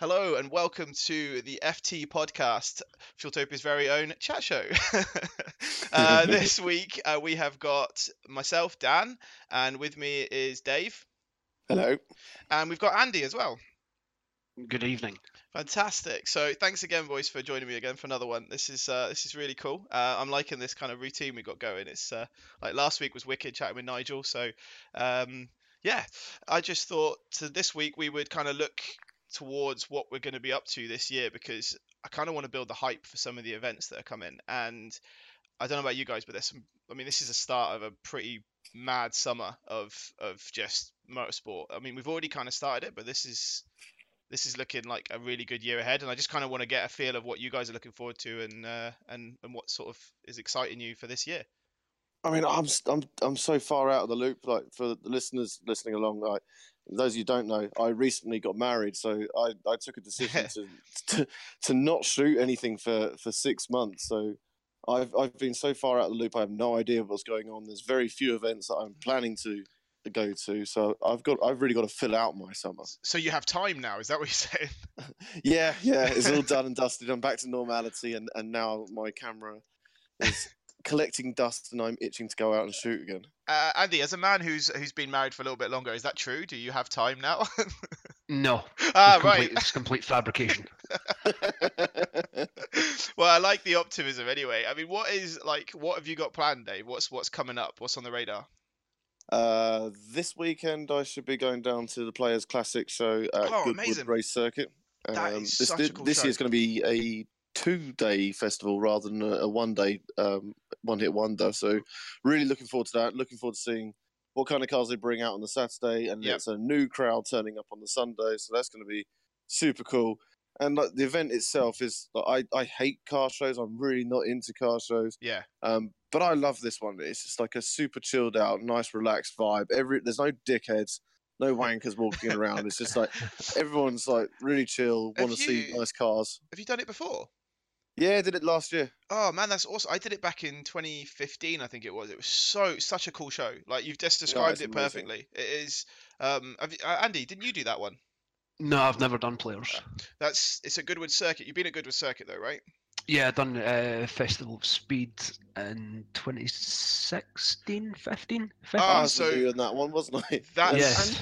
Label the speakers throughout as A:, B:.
A: Hello and welcome to the FT podcast, Fueltopia's very own chat show. uh, this week uh, we have got myself, Dan, and with me is Dave,
B: Hello.
A: and we've got Andy as well.
C: Good evening.
A: Fantastic. So thanks again, boys, for joining me again for another one. This is uh, this is really cool. Uh, I'm liking this kind of routine we got going. It's uh, like last week was wicked chatting with Nigel. So um, yeah, I just thought to this week we would kind of look towards what we're going to be up to this year because I kind of want to build the hype for some of the events that are coming. And I don't know about you guys, but there's some. I mean, this is the start of a pretty mad summer of of just motorsport. I mean, we've already kind of started it, but this is this is looking like a really good year ahead, and I just kind of want to get a feel of what you guys are looking forward to and uh, and and what sort of is exciting you for this year.
B: I mean, I'm s- I'm I'm so far out of the loop. Like for the listeners listening along, like those you don't know, I recently got married, so I, I took a decision to, to to not shoot anything for for six months. So I've I've been so far out of the loop. I have no idea what's going on. There's very few events that I'm planning to go to. So I've got I've really got to fill out my summer.
A: So you have time now, is that what you're saying?
B: Yeah, yeah, it's all done and dusted. I'm back to normality, and and now my camera is collecting dust, and I'm itching to go out and shoot again.
A: Uh, Andy, as a man who's who's been married for a little bit longer, is that true? Do you have time now?
C: No,
A: ah,
C: it's,
A: right.
C: complete, it's complete fabrication.
A: well, I like the optimism anyway. I mean, what is like? What have you got planned, Dave? What's what's coming up? What's on the radar?
B: Uh, this weekend I should be going down to the Players Classic show at
A: Oh,
B: Goodwood
A: amazing.
B: Race Circuit. Um,
A: That is
B: this
A: such a
B: thi-
A: cool
B: this
A: show.
B: year's going to be a two-day festival rather than a, a one-day um, one-hit wonder. So, really looking forward to that. Looking forward to seeing what kind of cars they bring out on the Saturday, and
A: Yep.
B: it's a new crowd turning up on the Sunday. So that's going to be super cool. And like, the event itself is, like, I I hate car shows. I'm really not into car shows.
A: Yeah,
B: Um, but I love this one. It's just like a super chilled out, nice relaxed vibe. Every there's no dickheads, no wankers walking around. It's just like everyone's like really chill,
A: Have
B: want to see
A: you-
B: nice cars.
A: have you done it before?
B: Yeah, I did it last year.
A: Oh man, that's awesome! I did it back in 2015, I think it was. It was so such a cool show. Like you've just described
B: it's
A: it
B: amazing.
A: perfectly. It is. Um, have you, uh, Andy, didn't you do that one?
C: No, I've never done players.
A: That's it's a Goodwood Circuit. You've been at Goodwood Circuit though, right?
C: Yeah, I've done uh, Festival of Speed in 2016, 15, 15.
A: Ah,
B: I was
A: so-
B: doing that one, wasn't I?
A: That's
C: yes.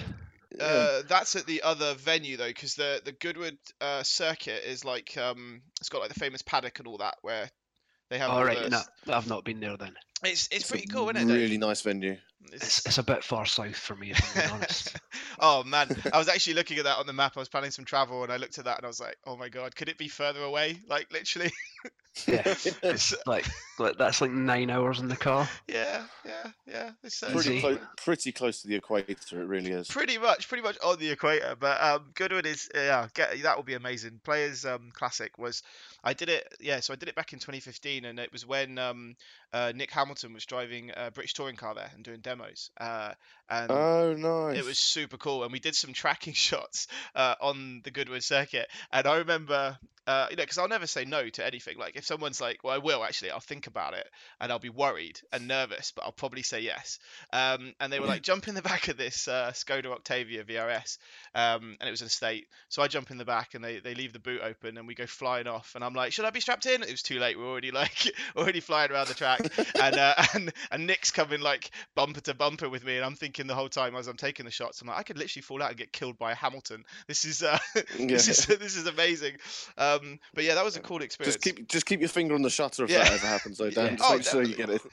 B: Yeah.
A: Uh, that's at the other venue though, because the the Goodwood uh, circuit is like um, it's got like the famous paddock and all that, where they have.
C: All
A: all
C: right,
A: the-
C: no, I've not been there then.
A: It's it's
B: a
A: pretty cool, isn't it? Dave?
B: Really nice venue.
C: It's, it's a bit far south for me, if I'm being honest.
A: oh man, I was actually looking at that on the map. I was planning some travel, and I looked at that, and I was like, "Oh my god, could it be further away? Like literally,
C: Yeah,
A: It's-
C: it's like, like that's like nine hours in the car.
A: yeah, yeah, yeah." It's, uh,
B: pretty,
C: Easy.
B: clo- pretty close to the equator. It really is.
A: pretty much, pretty much on the equator. But um, Goodwood is yeah, get, that will be amazing. Players um, Classic was, I did it yeah, so I did it back in 2015, and it was when um, uh, Nick Hamilton was driving a British touring car there and doing demos, uh, and
B: Oh, nice.
A: it was super cool and we did some tracking shots uh, on the goodwood circuit and i remember uh, you know because i'll never say no to anything like if someone's like well i will actually i'll think about it and i'll be worried and nervous but i'll probably say yes um, and they were like jump in the back of this uh, skoda octavia vrs um, and it was in a state so i jump in the back and they, they leave the boot open and we go flying off and i'm like should i be strapped in it was too late we we're already like already flying around the track and uh, and and Nick's coming like bumper to bumper with me, and I'm thinking the whole time as I'm taking the shots, I'm like, I could literally fall out and get killed by a Hamilton. This is uh,
B: Yeah.
A: this is this is amazing. Um, but yeah, that was a cool experience.
B: Just keep just keep your finger on the shutter if
A: Yeah.
B: that ever happens, though, Dan.
C: Yeah.
B: Just
A: Oh,
B: make sure you get it.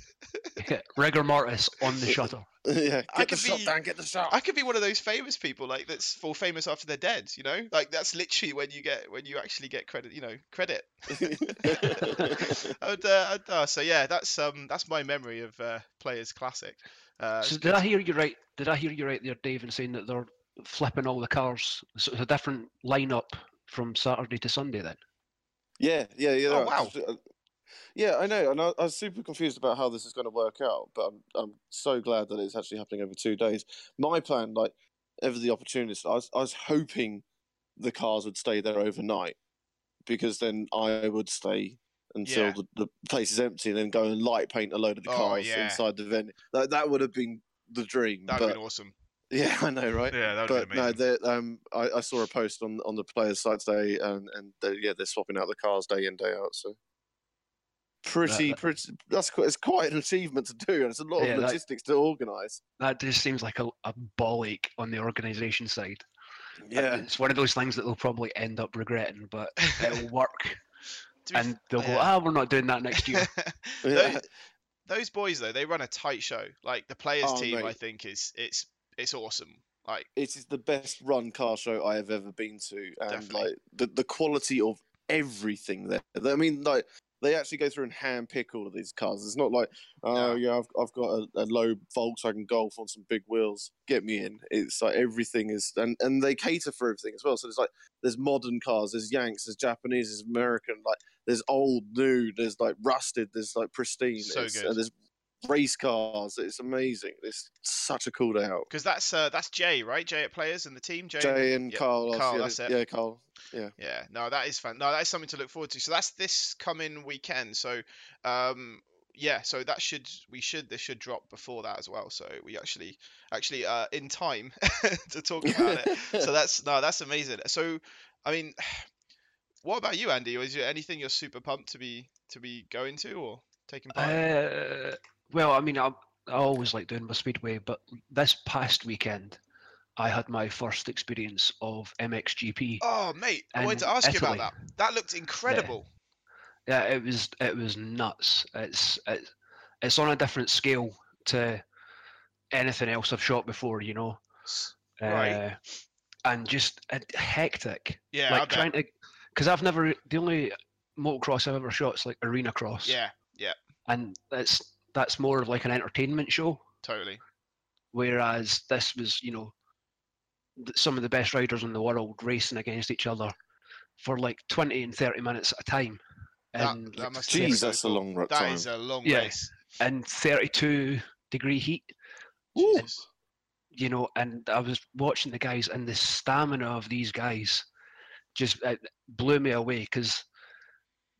C: Yeah, Rigor mortis on the shutter.
B: yeah,
A: I
B: get the
A: could
B: shot,
A: be-
B: Dan. Get the shot.
A: I could be one of those famous people like that's for famous after they're dead. You know, like that's literally when you get when you actually get credit. You know, credit. I would, uh, I'd, uh, so yeah, that's um that's my memory of uh, Players Classic. Uh,
C: So did I hear you right? Did I hear you right there, Dave, in saying that they're flipping all the cars? So it's a different lineup from Saturday to Sunday then.
B: Yeah, yeah, yeah.
A: Oh,
B: no,
A: wow.
B: 'cause, uh, Yeah, I know, and I, I was super confused about how this is going to work out, but I'm I'm so glad that it's actually happening over two days. My plan, like ever the opportunist, I was I was hoping the cars would stay there overnight because then I would stay until
A: Yeah.
B: the, the place is empty, and then go and light paint a load of the
A: Oh,
B: cars
A: yeah.
B: inside the venue. That that would have been the dream,
A: that would
B: but
A: be awesome.
B: Yeah, I know, right?
D: Yeah, that would
B: But
D: be amazing.
B: no, they're- um, I, I saw a post on on the players' site today, and, and they're, yeah, they're swapping out the cars day in day out. So pretty,
C: that-
B: pretty. That's quite, it's quite an achievement to do, and it's a lot
C: Yeah,
B: of
C: that-
B: logistics to organise.
C: That just seems like a, a ball ache on the organisation side. Uh,
B: Yeah,
C: It's one of those things that they'll probably end up regretting, but it'll work.
A: To be
C: and they'll go,
A: yeah.
C: ah, we're not doing that next year.
A: Those-
B: Yeah.
A: Those boys though, they run a tight show. Like the players'
B: Oh,
A: team, I
B: mate.
A: think is it's it's awesome. Like
B: it is the best run car show I have ever been to, and
A: Definitely.
B: like the the quality of everything there. I mean, like they actually go through and hand pick all of these cars. It's not like, oh yeah, I've I've got a, a low Volkswagen Golf on some big wheels, get me in. It's like everything is, and and they cater for everything as well. So there's like there's modern cars, there's Yanks, there's Japanese, there's American, like there's old, new, there's like rusted, there's like pristine,
A: So
B: it's-
A: good.
B: and there's race cars. It's amazing. It's such a cool day out.
A: because that's uh, that's Jay, right? Jay at players and the team. Jay.
B: Jay and
A: yeah,
B: Carl.
A: Carl,
B: yeah,
A: that's it.
B: yeah, Carl.
A: Yeah, no, that is fun. No, that is something to look forward to. So that's this coming weekend. So, um, yeah, so that should we should this should drop before that as well. So we actually actually uh in time to talk about it. So that's no, that's amazing. So, I mean, what about you, Andy? Is there anything you're super pumped to be to be going to or taking part? in?
C: Uh, well, I mean, I, I always like doing my speedway, but this past weekend, I had my first experience of MXGP.
A: Oh, mate, I wanted
C: and
A: to ask you about
C: Italy.
A: that. That looked incredible.
C: Yeah, it was it was nuts. It's it's it's on a different scale to anything else I've shot before, you know.
A: S- Right.
C: Uh, and just uh, hectic,
A: Yeah, I bet.
C: like trying to, because I've never the only motocross I've ever shot is like arena cross.
A: Yeah,
C: and that's that's more of like an entertainment show.
A: totally.
C: whereas this was you know th- some of the best riders in the world racing against each other for like 20 and 30 minutes at a time
A: That-
C: and
A: that
C: like,
A: must be
C: thir-
B: Jeez,
A: so
B: that's a
A: cool.
B: long ro-
A: That
B: time.
A: is a long
C: Yeah.
A: race.
C: and 32 degree heat
B: Ooh.
A: Jesus.
C: you know and i was watching the guys and the stamina of these guys just it blew me away because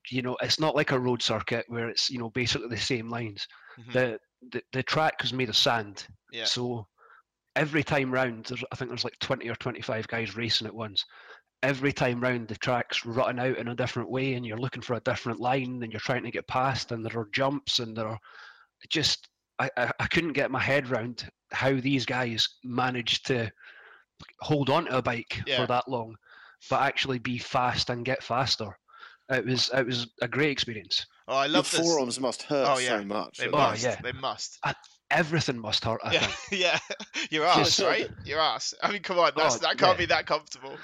C: you know it's not like a road circuit where it's you know basically the same lines
A: Mhm.
C: the, the the track was made of sand
A: Yeah.
C: so every time round there's i think there's like 20 or 25 guys racing at once every time round the track's rutting out in a different way and you're looking for a different line and you're trying to get past and there are jumps and there are just I, I, I couldn't get my head round how these guys managed to hold on to a bike
A: Yeah.
C: for that long, but actually be fast and get faster. It was it was a great experience.
A: Oh, I
B: Your
A: love this.
B: forearms must hurt
A: Oh, yeah.
B: so much.
A: They
B: at
A: must.
B: least.
C: yeah.
A: They must.
C: Everything must hurt. I
A: Yeah,
C: think
A: yeah. Your ass,
B: Just-
A: right? Your ass. I mean, come on, that's,
C: Oh,
A: that can't
C: yeah.
A: be that comfortable.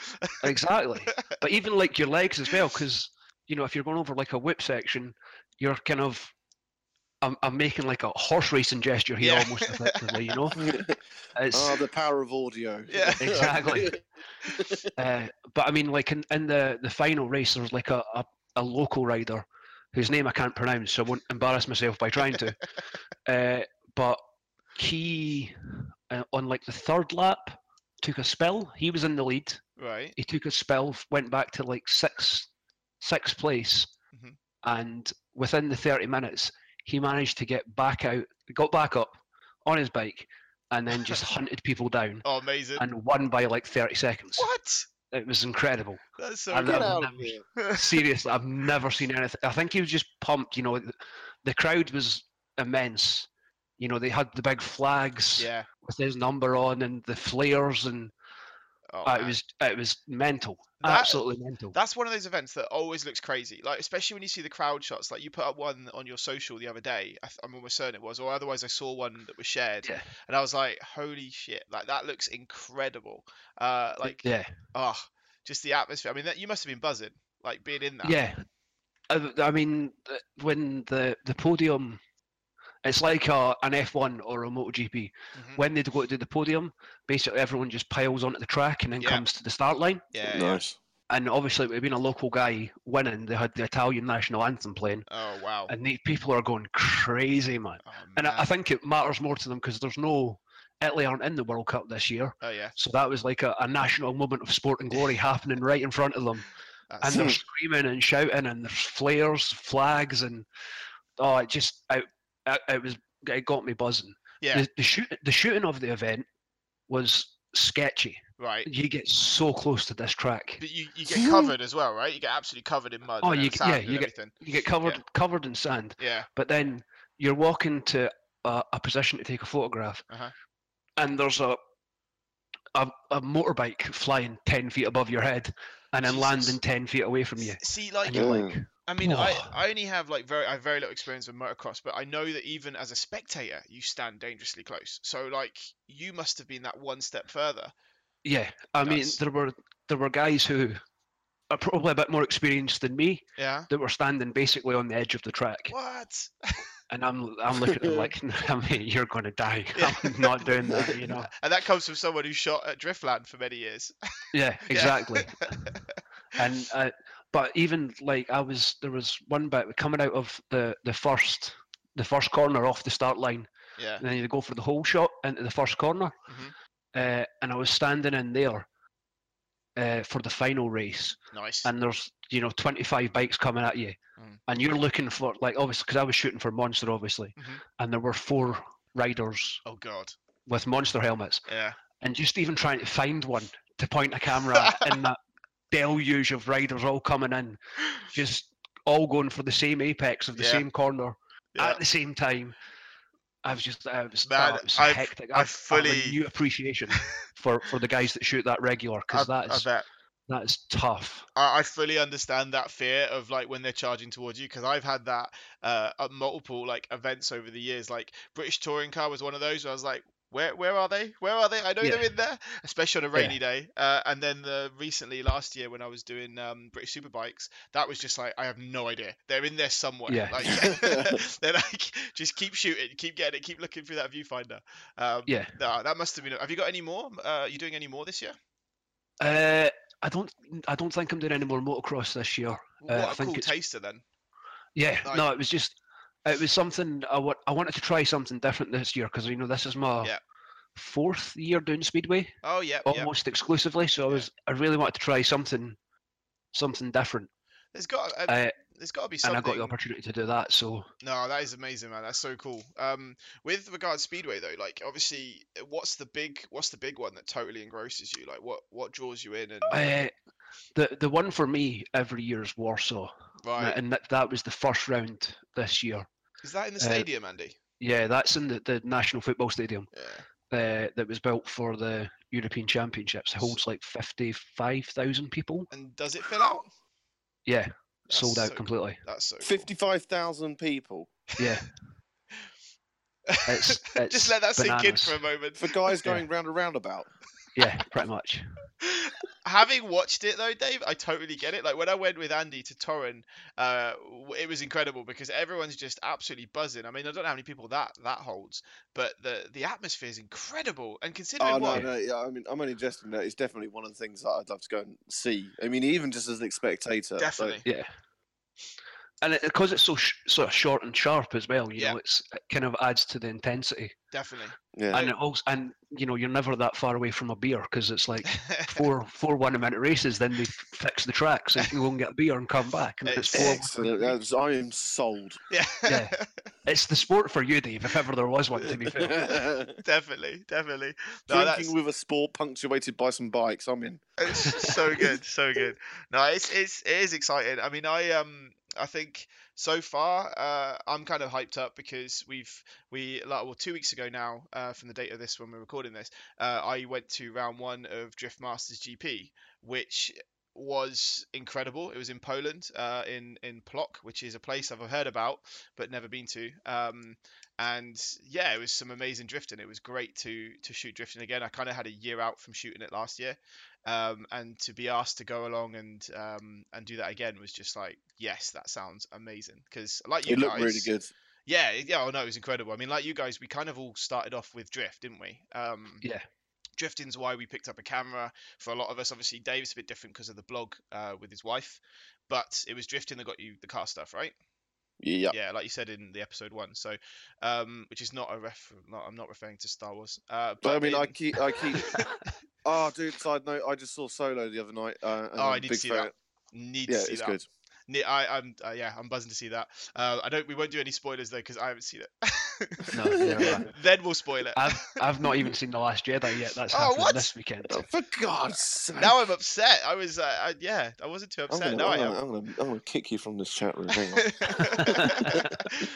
C: exactly. but even like your legs as well, because you know if you're going over like a whip section, you're kind of I'm, I'm making like a horse racing gesture here
A: Yeah.
C: almost effectively. You know, it's
B: Ah, the power of audio.
A: Yeah.
C: Exactly. Uh, but I mean, like in, in the the final race, there was like a, a, a local rider whose name I can't pronounce, so I won't embarrass myself by trying to. Uh, but he, uh, on like the third lap, took a spill. He was in the lead.
A: Right.
C: He took a spill, f- went back to like sixth sixth place,
A: Mhm.
C: and within the thirty minutes, he managed to get back out, got back up on his bike, and then just hunted people down
A: Oh, amazing.
C: and won by like 30 seconds.
A: What?
C: It was incredible.
A: That's so
C: And
B: Get
A: good.
C: that-
B: out of here.
C: Seriously, I've never seen anything. I think he was just pumped. You know, th- the crowd was immense. You know, they had the big flags
A: Yeah.
C: with his number on and the flares, and
A: Oh,
C: uh, it
A: man.
C: was it was mental,
A: That-
C: absolutely mental.
A: That's one of those events that always looks crazy. Like especially when you see the crowd shots. Like you put up one on your social the other day. I, th- I'm almost certain it was, or otherwise I saw one that was shared,
C: Yeah.
A: and I was like, "Holy shit! Like that looks incredible." Uh, like,
C: yeah,
A: ah, just the atmosphere. I mean, that you must have been buzzing, like being in that.
C: yeah. I, I mean, th- when the the podium, it's like a, an F1 or a MotoGP.
A: Mhm.
C: When they go to do the podium, basically everyone just piles onto the track and then
A: Yeah.
C: comes to the start line.
A: Yeah. yeah.
B: Nice.
C: and obviously it would have been a local guy winning. They had the Italian national anthem playing,
A: Oh wow.
C: and the people are going crazy, man.
A: Oh,
C: And I, I
A: man.
C: think it matters more to them because there's no Italy aren't in the World Cup this year,
A: Oh yeah.
C: so that was like a, a national moment of sport and glory happening right in front of them, and
A: That's,
C: they're
B: Hmm.
C: screaming and shouting, and there's flares, flags, and oh, it just I, I, it was it got me buzzing.
A: yeah.
C: The, the shoot the shooting of the event was sketchy.
A: right?
C: You get so close to this track.
A: But you, you get covered as well, right? You get absolutely covered in mud.
C: Oh,
A: and
C: you
A: then
C: get-
A: sand
C: yeah,
A: and
C: you get-
A: everything.
C: You get covered covered in sand,
A: Yeah,
C: but then you're walking to a, a position to take a photograph,
A: Uh-huh.
C: and there's a, a a motorbike flying ten feet above your head, and then
A: Jesus.
C: landing ten feet away from you.
A: S- See, like
C: And you're
B: Yeah.
C: like,
A: I mean, I,
C: Oh.
A: I only have like very I have very little experience with motocross, but I know that even as a spectator, you stand dangerously close. So like you must have been that one step further.
C: yeah. I mean,
A: That's-
C: there were there were guys who are probably a bit more experienced than me
A: Yeah.
C: that were standing basically on the edge of the track,
A: What?
C: and I'm I'm looking at them like, "Nah, mate, you're going to die.
A: Yeah.
C: I'm not doing that, you know.
A: And that comes from someone who shot at Driftland for many years.
C: Yeah, exactly. and uh, but even like I was there was one bit coming out of the the first the first corner off the start line,
A: yeah.
C: and then you go for the whole shot into the first corner,
A: Mhm.
C: uh, and I was standing in there uh, for the final race,
A: Nice.
C: and there's you know 25 bikes coming at you,
A: Mm.
C: and you're looking for like obviously because I was shooting for Monster obviously,
A: Mhm.
C: and there were four riders
A: oh god.
C: with Monster helmets,
A: Yeah.
C: and just even trying to find one to point a camera at in that deluge of riders all coming in, just all going for the same apex of the
A: Yeah.
C: same corner
A: Yeah.
C: at the same time. I was just, I was,
A: Man,
C: oh, it was
A: I've-
C: hectic.
A: I
C: I've- have
A: fully-
C: a new appreciation for for the guys that shoot that regular because
A: I,
C: that is
A: I bet.
C: that is tough.
A: I, I fully understand that fear of like when they're charging towards you because I've had that uh, at multiple like events over the years. Like British Touring Car was one of those where I was like, where where are they? Where are they? I know
C: Yeah.
A: they're in there, especially on a rainy day. Uh, and then the, recently last year when I was doing um, British Superbikes, that was just like I have no idea. They're in there somewhere.
C: Yeah.
A: Like, they're like just keep shooting, keep getting it, keep looking through that viewfinder. Um,
C: Yeah.
A: nah, that must have been. Have you got any more? Uh, are you doing any more this year?
C: Uh, I don't I don't think I'm doing any more motocross this year.
A: What
C: Uh, I
A: a
C: think
A: cool
C: it's-
A: taster then.
C: Yeah,
A: Like-
C: no, it was just it was something I wa- I wanted to try something different this year because you know this is my
A: Yeah.
C: fourth year doing speedway
A: Oh yeah. yeah.
C: almost exclusively. So I
A: Yeah.
C: was I really wanted to try something something different,
A: There's got uh,
C: uh,
A: there's got to be
C: and
A: something.
C: I got the opportunity to do that. So
A: No, that is amazing, man. That's so cool. Um, with regards to speedway though, like obviously, uh, what's the big what's the big one that totally engrosses you? Like what what draws you in and
C: uh, the the one for me every year is Warsaw,
A: right
C: and that, that was the first round this year.
A: is that in the
C: uh,
A: stadium, Andy?
C: Yeah, that's in the, the National Football Stadium
A: Yeah.
C: uh, that was built for the European Championships. It holds like fifty five thousand people.
A: And does it fill out?
C: Yeah,
A: That's
C: sold out
A: so-
C: completely.
A: That's so. cool.
B: Fifty-five thousand people
C: Yeah. It's, it's
A: Just let that sink in
C: bananas.
A: for a moment.
B: for guys
C: Yeah.
B: going round a roundabout.
C: Yeah, pretty much.
A: Having watched it though, Dave, I totally get it. Like when I went with Andy to Torren, uh, w- it was incredible because everyone's just absolutely buzzing. I mean, I don't know how many people that that holds, but the the atmosphere is incredible. And considering
B: Oh no,
A: what,
B: no, yeah. I mean, I'm only jesting. That it's definitely one of the things that I'd love to go and see. I mean, even just as a spectator. like,
A: definitely,
C: Yeah. And because it's so sh- sort of short and sharp as well, you
A: Yeah.
C: know, it's it kind of adds to the intensity,
A: definitely.
B: yeah.
C: and it also, and you know, you're never that far away from a beer because it's like four four one minute races. Then they f- fix the track so you can go and get a beer and come back. And if it's four.
B: Excellent. That's- I am sold.
A: yeah,
C: Yeah. It's the sport for you, Dave. If ever there was one, to be fair.
B: Drinking
A: definitely, definitely. No, that's-
B: with a sport punctuated by some bikes. I'm in.
A: It's so good, so good. No, it's it's it is exciting. I mean, I um I think so far uh I'm kind of hyped up because we've we like well two weeks ago now uh from the date of this when we're recording this uh I went to round one of Drift Masters GP which was incredible. It was in Poland uh in in Plock which is a place I've heard about but never been to. Um and yeah, it was some amazing drifting. It was great to to shoot drifting again. I kind of had a year out from shooting it last year um, and to be asked to go along and um, and do that again was just like yes that sounds amazing because like you
B: It looked
A: guys
B: really good.
A: yeah it- yeah oh no it was incredible I mean like you guys we kind of all started off with drift didn't we um,
C: Yeah.
A: drifting's why we picked up a camera for a lot of us obviously Dave's a bit different because of the blog uh, with his wife but it was drifting that got you the car stuff right
B: Yeah.
A: yeah, like you said in the episode one. So, um, which is not a ref. Not, I'm not referring to Star Wars. Uh,
B: But I mean,
A: in-
B: I keep, I keep. oh, dude. Side note: I just saw Solo the other night. Uh, and
A: Oh,
B: I'm
A: I
B: a
A: need to
B: big
A: see
B: fan.
A: that. need
B: Yeah,
A: to see
B: it's
A: that.
B: good.
A: Ne- I, I'm uh, yeah, I'm buzzing to see that. Uh, I don't. We won't do any spoilers though because I haven't seen it.
C: No, they're not.
A: then we'll spoil it.
C: I've I've not even seen the Last Jedi yet. That's
A: Oh,
C: happening
A: what?
C: this weekend.
B: Oh, for God's sake!
A: now I'm upset. I was, uh, I, yeah, I wasn't too
B: I'm
A: upset.
B: gonna,
A: now I
B: I'm,
A: am.
B: gonna, I'm, gonna, I'm gonna kick you from this chat room. Hang on.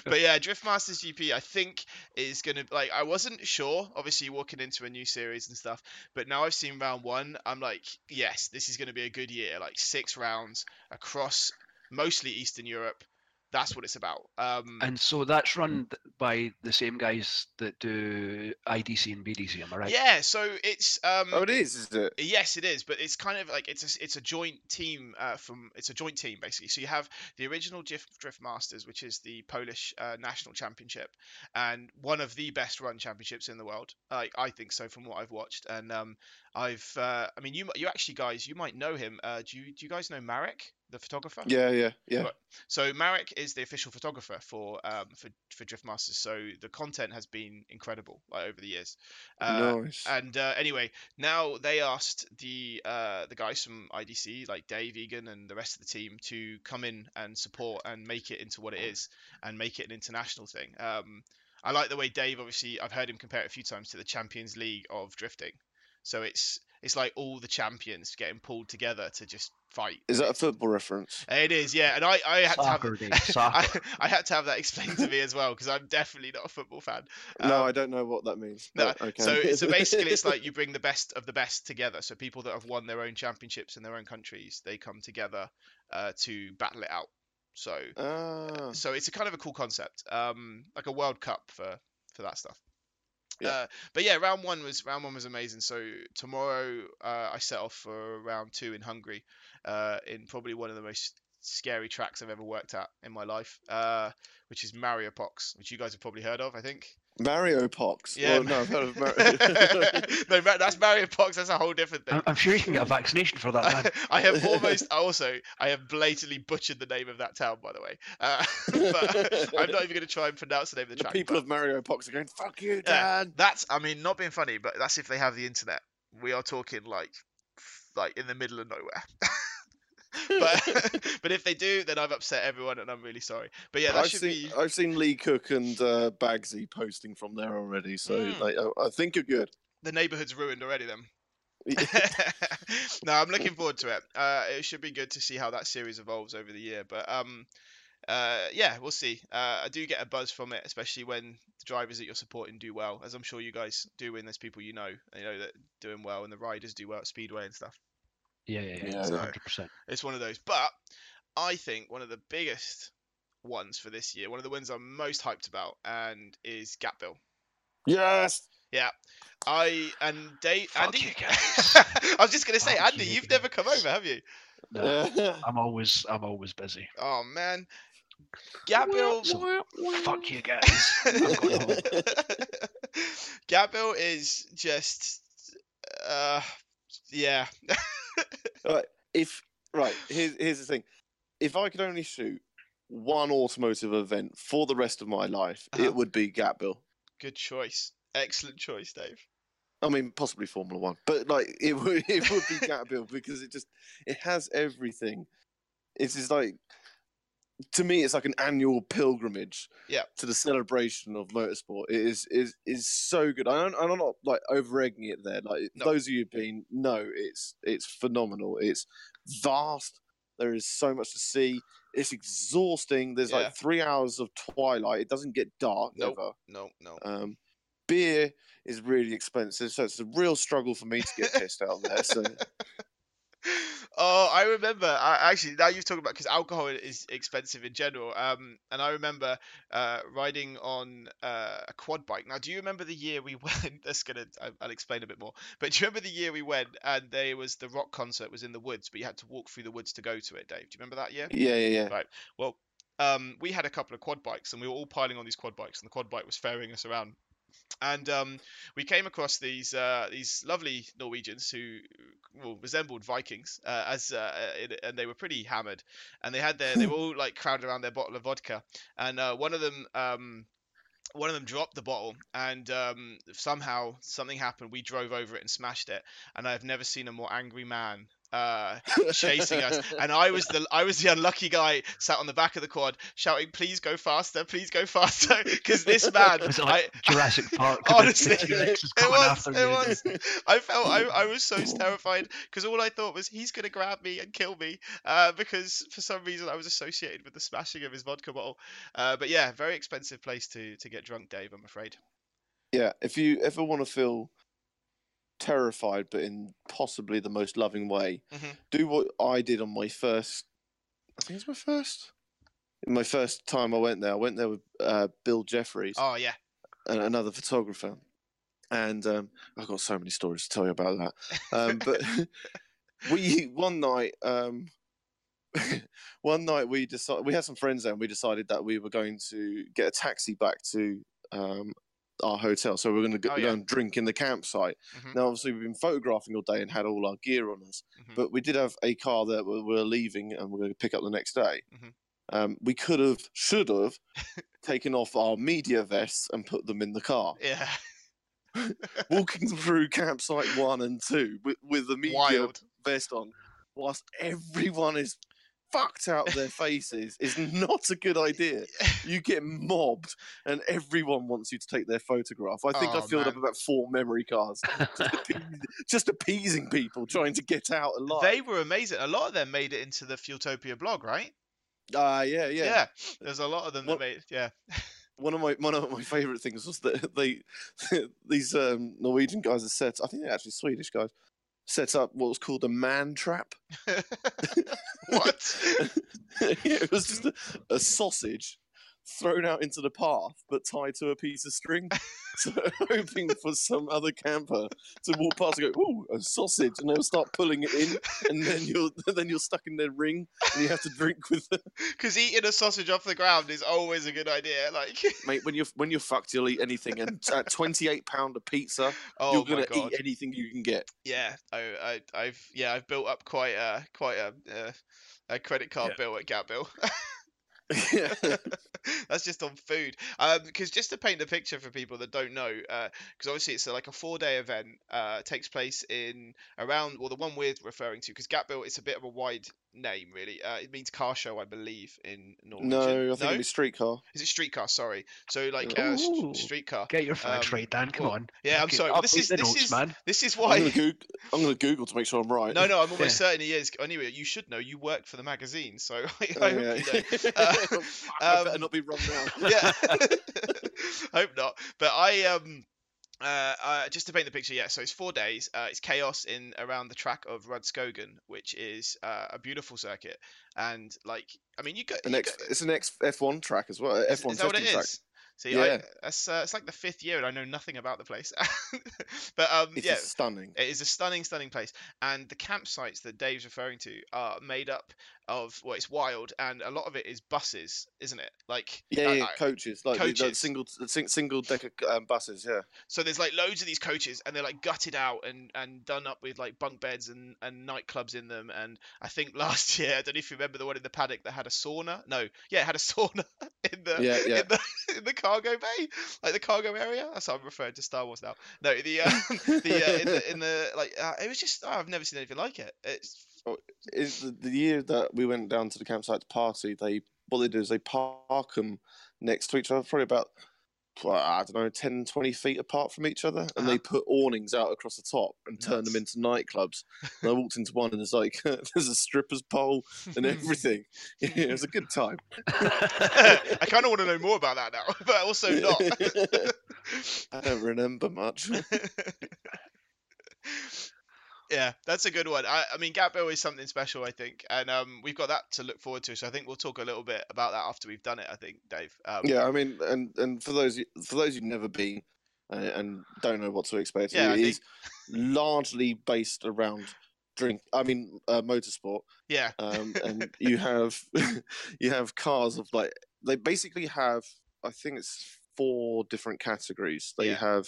A: but yeah, Drift Masters GP, I think is gonna like. I wasn't sure, obviously walking into a new series and stuff, but now I've seen round one. I'm like, yes, this is gonna be a good year. Like six rounds across mostly Eastern Europe. That's what it's about. Um,
C: And so that's run th- by the same guys that do IDC and BDC. Am I right?
A: Yeah, so it's um,
B: oh, it is, is it?
A: Yes, it is, but it's kind of like it's a, it's a joint team uh, from it's a joint team basically. So you have the original Drift, Drift Masters, which is the Polish uh, national championship, and one of the best run championships in the world. I I think so from what I've watched, and um, I've uh, I mean you m- you actually guys you might know him. Uh, do you do you guys know Marek the photographer?
B: Yeah, yeah, yeah.
A: Right. So Marek is the official photographer for um for for Drift Masters. So the content has been incredible like over the years. Uh,
B: nice.
A: and uh, anyway, now they asked the uh, the guys from IDC, like Dave Egan and the rest of the team, to come in and support and make it into what it is and make it an international thing. Um, I like the way Dave. Obviously, I've heard him compare it a few times to the Champions League of drifting. So it's it's like all the champions getting pulled together to just fight.
B: Is that a football reference?
A: It is, yeah. And I I had to have
C: Soccer, Dave. Soccer.
A: I, I had to have that explained to me as well because I'm definitely not a football fan.
B: no,
A: Um,
B: I don't know what that means.
A: no,
B: but okay.
A: so, so basically, it's like you bring the best of the best together. So people that have won their own championships in their own countries, they come together uh, to battle it out. So,
B: Ah,
A: so it's a kind of a cool concept, um, like a World Cup for for that stuff.
B: Yeah.
A: Uh, but yeah, round one was round one was amazing. So tomorrow uh, I set off for round two in Hungary, uh, in probably one of the most scary tracks I've ever worked at in my life, uh, which is Mariopox, which you guys have probably heard of, I think.
B: Mario Pox.
A: Yeah.
B: Oh, no, I've heard of Mario.
A: no, Ma- that's Mario Pox. That's a whole different thing.
C: I'm, I'm sure you can get a vaccination for that. Man.
A: I, I have
B: uh.
A: almost also I have blatantly butchered the name of that town, by the way. Uh, but I'm not even going to try and pronounce the name of the,
B: the
A: track.
B: people
A: but
B: of Mario Pox are going, fuck you,
A: Yeah.
B: Dan.
A: that's I mean, not being funny, but that's if they have the internet. We are talking like like in the middle of nowhere. But but if they do, then I've upset everyone, and I'm really sorry. But yeah, that
B: I've
A: should
B: seen,
A: be.
B: I've seen Lee Cook and uh, Bagsy posting from there already, so
A: Mm.
B: like, I, I think you're good.
A: the neighborhood's ruined already then no i'm looking forward to it uh, it should be good to see how that series evolves over the year but um uh, yeah we'll see uh, i do get a buzz from it especially when the drivers that you're supporting do well as i'm sure you guys do when there's people you know you know that doing well and the riders do well at speedway and stuff
C: Yeah, yeah,
B: Yeah,
C: yeah. it's
A: no.
C: 100%.
A: it's one of those but i think one of the biggest ones for this year one of the ones i'm most hyped about and is gapville
B: Yes.
A: i and dave
C: Fuck
A: andy
C: you guys.
A: i was just going to say
C: Fuck
A: andy
C: you
A: you've never come
C: guys.
A: over have you
C: No, I'm always, I'm always busy.
A: Oh man, Gabriel.
C: Fuck you guys. I'm going home.
A: Gabriel is just, uh, yeah.
B: if right here's here's the thing if i could only shoot one automotive event for the rest of my life
A: Uh-huh.
B: it would be gapbill
A: Good choice. Excellent choice, Dave.
B: i mean possibly formula one but like it would it would be gapbill because it just it has everything it's just like to me it's like an annual pilgrimage
A: Yeah.
B: to the celebration of motorsport it is is is so good i don't i'm not like over egging it there like
A: No.
B: those of you who've been no it's it's phenomenal it's vast there is so much to see it's exhausting there's
A: Yeah.
B: like three hours of twilight it doesn't get dark
A: Nope.
B: ever
A: No, no.
B: um beer is really expensive so it's a real struggle for me to get pissed out there so
A: Oh, I remember. I actually now you've talked about because alcohol is expensive in general. Um, and I remember uh, riding on uh, a quad bike. Now, do you remember the year we went? That's gonna. I, I'll explain a bit more. But do you remember the year we went and there was the rock concert was in the woods, but you had to walk through the woods to go to it, Dave? Do you remember that year?
B: yeah yeah yeah
A: Well, um, we had a couple of quad bikes, and we were all piling on these quad bikes, and the quad bike was ferrying us around. And um, we came across these uh, these lovely Norwegians who well, resembled Vikings, uh, as uh, it, and they were pretty hammered, and they had their they were all like crowded around their bottle of vodka, and uh, one of them. Um, one of them dropped the bottle, and um, somehow something happened. We drove over it and smashed it, and I have never seen a more angry man uh, chasing us, and I was the I was the unlucky guy sat on the back of the quad shouting, "Please go faster! Please go faster!" Because this man,
C: Was it like Jurassic Park?
A: Honestly,
C: the T-Rex is
A: it
C: coming
A: was.
C: after
A: It
C: you.
A: was. I felt I, I was so terrified because all I thought was he's gonna grab me and kill me uh, because for some reason I was associated with the smashing of his vodka bottle. Uh, but yeah, very expensive place to to get drunk, Dave. I'm afraid.
B: Yeah, if you ever want to feel terrified, but in possibly the most loving way,
A: Mhm.
B: do what I did on my first. I think it's my first. My first time I went there, I went there with uh, Bill Jeffries,
A: Oh yeah.
B: and another photographer, and um, I've got so many stories to tell you about that. Um, but we one night, um, one night we decided we had some friends there, and we decided that we were going to get a taxi back to um, our hotel. So we are going to go,
A: Oh, yeah.
B: and drink in the campsite.
A: Mhm.
B: Now, obviously, we've been photographing all day and had all our gear on us,
A: Mhm.
B: but we did have a car that we were leaving and we are going to pick up the next day.
A: Mhm.
B: Um, we could have, should have. Taken off our media vests and put them in the car
A: Yeah.
B: walking through campsite one and two with, with the media
A: Wild.
B: vest on, whilst everyone is fucked out of their faces, is not a good idea. You get mobbed, and everyone wants you to take their photograph. I think I
A: Oh,
B: filled up
A: man.
B: about four memory cards, just appeasing people trying to get out alive.
A: They were amazing. A lot of them made it into the Fueltopia blog, right?
B: Ah, yeah, yeah.
A: There's a lot of them
B: Well-
A: that made. Yeah.
B: One of my one of my favourite things was that they these um, Norwegian guys are set. I think they're actually Swedish guys set up what was called a man trap.
A: what?
B: it was just a, a sausage thrown out into the path but tied to a piece of string. So hoping for some other camper to walk past and go, "Ooh, a sausage," and they'll start pulling it in, and then you're then you're stuck in their ring, and you have to drink with them.
A: Because eating a sausage off the ground is always a good idea. Like,
B: Mate, when you're when you're fucked, you'll eat anything. And at 28 pound a pizza,
A: oh
B: you're
A: my
B: gonna
A: god.
B: eat anything you can get.
A: Yeah, I, I, I've yeah, I've built up quite a quite a uh, a credit card
B: Yeah.
A: bill at Gap Bill.
B: yeah,
A: That's just on food. Um, because just to paint the picture for people that don't know, uh, because obviously it's a, like a four-day event. Uh, takes place in around well, the one we're referring to, because Gap Bill it's a bit of a wide name really. Uh, it means car show, I believe, in Norwegian.
B: no, I think it'd be streetcar.
A: Is it streetcar? Sorry. So like
B: Yeah.
A: uh, st-
C: Ooh.
A: streetcar.
C: Get your facts
A: Um,
C: right, Dan. Come
A: well,
C: on.
A: Yeah, I'm
C: Okay,
A: sorry. Well, this
C: update
A: is
C: the
A: this
C: notes,
A: is
C: man.
A: this is
B: I'm
A: why.
B: gonna, Goog- I'm gonna Google to make sure I'm right.
A: No, no, I'm almost certain he is. Anyway, you should know. You work for the magazine, so I,
B: Oh,
A: I hope
B: yeah.
A: you know.
B: Fuck, I
A: um,
B: better not be wrong now.
A: yeah. Hope not. But I um uh, uh just to paint the picture, yeah. So it's four days. Uh, it's chaos in around the track of Rudskogen, which is uh, a beautiful circuit. And like, I mean, you go.
B: an
A: you
B: X,
A: go-
B: it's an X F1 track as well.
A: is,
B: F1
A: is that what it
B: testing track.
A: is? See, I,
B: Yeah.
A: that's uh, it's like the fifth year, and I know nothing about the place. but um,
B: It is
A: yeah,
B: stunning.
A: it is a stunning, stunning place. And the campsites that Dave's referring to are made up of well, it's wild, and a lot of it is buses, isn't it? Like
B: Yeah,
A: I-
B: yeah,
A: I-
B: coaches like the- The,
A: coaches.
B: single the sing, single decker um, buses. Yeah,
A: so there's like loads of these coaches, and they're like gutted out and and done up with like bunk beds and and nightclubs in them. And I think last year, I don't know if you remember the one in the paddock that had a sauna. No, yeah, it had a sauna in the
B: yeah, yeah.
A: in the in the cargo bay, like the cargo area. That's what I'm referring to Star Wars now. No, the um, the uh, in the in the like uh, it was just oh, I've never seen anything like it. It's
B: Is the, the year that we went down to the campsite to party? They what they do is they park them next to each other, probably about well, I don't know 10, 20 feet apart from each other, and
A: Uh-huh.
B: they put awnings out across the top and turn them
A: Nuts.
B: into nightclubs. And I walked into one and there's like there's a strippers pole and everything. it was a good time.
A: I kind of want to know more about that now, but also not.
B: I don't remember much.
A: yeah, that's a good one. I, I mean, Gap Bill is something special, I think, and um, we've got that to look forward to. So I think we'll talk a little bit about that after we've done it. I think, Dave. Um,
B: Yeah, I mean, and and for those for those who've never been and, and don't know what to expect,
A: Yeah, I
B: it
A: think-
B: is largely based around drink. I mean, uh, motorsport,
A: yeah,
B: um, and you have you have cars of like they basically have. I think it's four different categories. They
A: Yeah.
B: have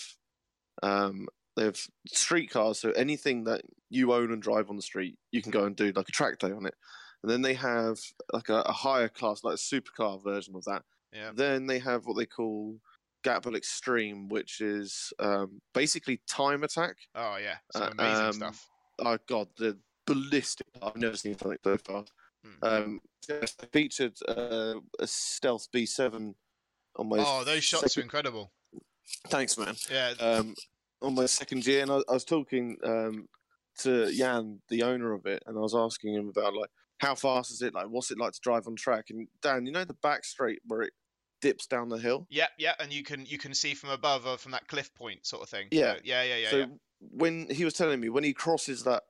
B: um, they have street cars, so anything that you own and drive on the street, you can go and do like a track day on it. And then they have like a, a higher class, like a supercar version of that.
A: Yeah.
B: Then they have what they call Gatbell Extreme, which is um, basically time attack.
A: Oh yeah, some
B: Uh,
A: amazing
B: um,
A: stuff.
B: Oh god, the ballistic. I've never seen something so fast.
A: Hmm.
B: Um, yes, I featured uh, a stealth B7 on my.
D: Oh, those shots are
B: second-
D: incredible.
B: Thanks, man.
D: Yeah,
B: um, on my second year, and I, I was talking um, to Jan, the owner of it, and I was asking him about like how fast is it, like what's it like to drive on track, and Dan, you know the back straight where it dips down the hill.
A: Yeah, yeah, and you can you can see from above or from that cliff point sort of thing.
B: Yeah.
A: Uh, yeah, yeah, yeah.
B: so
A: yeah.
B: when he was telling me when he crosses that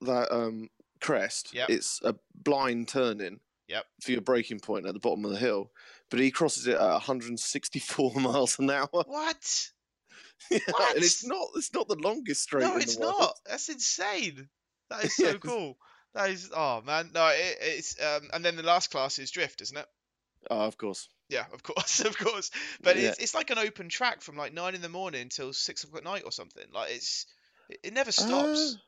B: that um, crest,
A: Yep.
B: it's a blind turning.
A: Yep.
B: For your breaking point at the bottom of the hill, but he crosses it at 164 miles an hour,
A: What?
B: Yeah,
A: What?
B: and it's not it's not the longest straight.
A: No,
B: in the
A: it's
B: world.
A: not. That's insane. That is so
B: Yes.
A: cool. That is oh man. No, it, it's um, and then the last class is drift, isn't it?
B: Oh, of course.
A: Yeah, of course, of course. But
B: Yeah.
A: it's it's like an open track from like nine in the morning till six o'clock at night or something. Like it's it, it never stops.
B: Uh,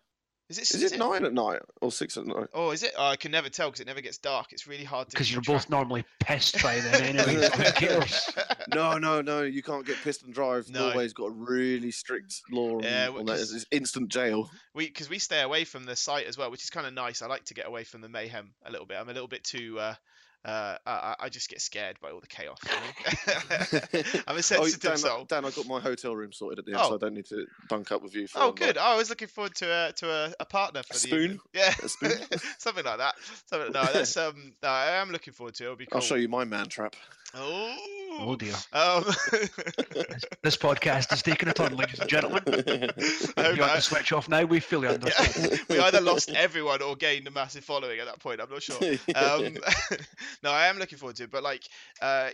A: is it?
B: Is it nine at night or six at night?
A: Oh, is it? Oh, I can never tell because it never gets dark. It's really hard to.
C: because
A: keep
C: you're
A: track.
C: both normally pissed by then anyway. so who cares?
B: No, no, no. You can't get pissed and drive.
A: Uh, No.
B: Norway's got a really strict law on,
A: Yeah, well,
B: on that.
A: 'cause-
B: It's instant jail.
A: we because we stay away from the site as well, which is kind of nice. I like to get away from the mayhem a little bit. I'm a little bit too. Uh, uh, I, I- I just get scared by all the chaos. you know?
B: Oh,
A: I'm a sensitive
B: Dan,
A: soul.
B: Dan, I got my hotel room sorted at the end, so
A: Oh.
B: I don't need to bunk up with you. For
A: Oh,
B: like,
A: good. I was looking forward to a to a, a partner for
B: A
A: the
B: spoon?
A: evening. Yeah,
B: A spoon?
A: something like that. Something, no, that's um. No, I am looking forward to it. It'll be cool.
B: I'll show you my man trap.
C: Oh
A: Oh.
C: dear.
A: Um,
C: This, this podcast is taking a turn, ladies and gentlemen.
A: I
C: If
A: hope
C: you want
A: I-
C: to switch off now, we fully understand.
A: yeah, we either lost everyone or gained a massive following at that point. I'm not sure. um, no, I am looking forward to it, but like, uh,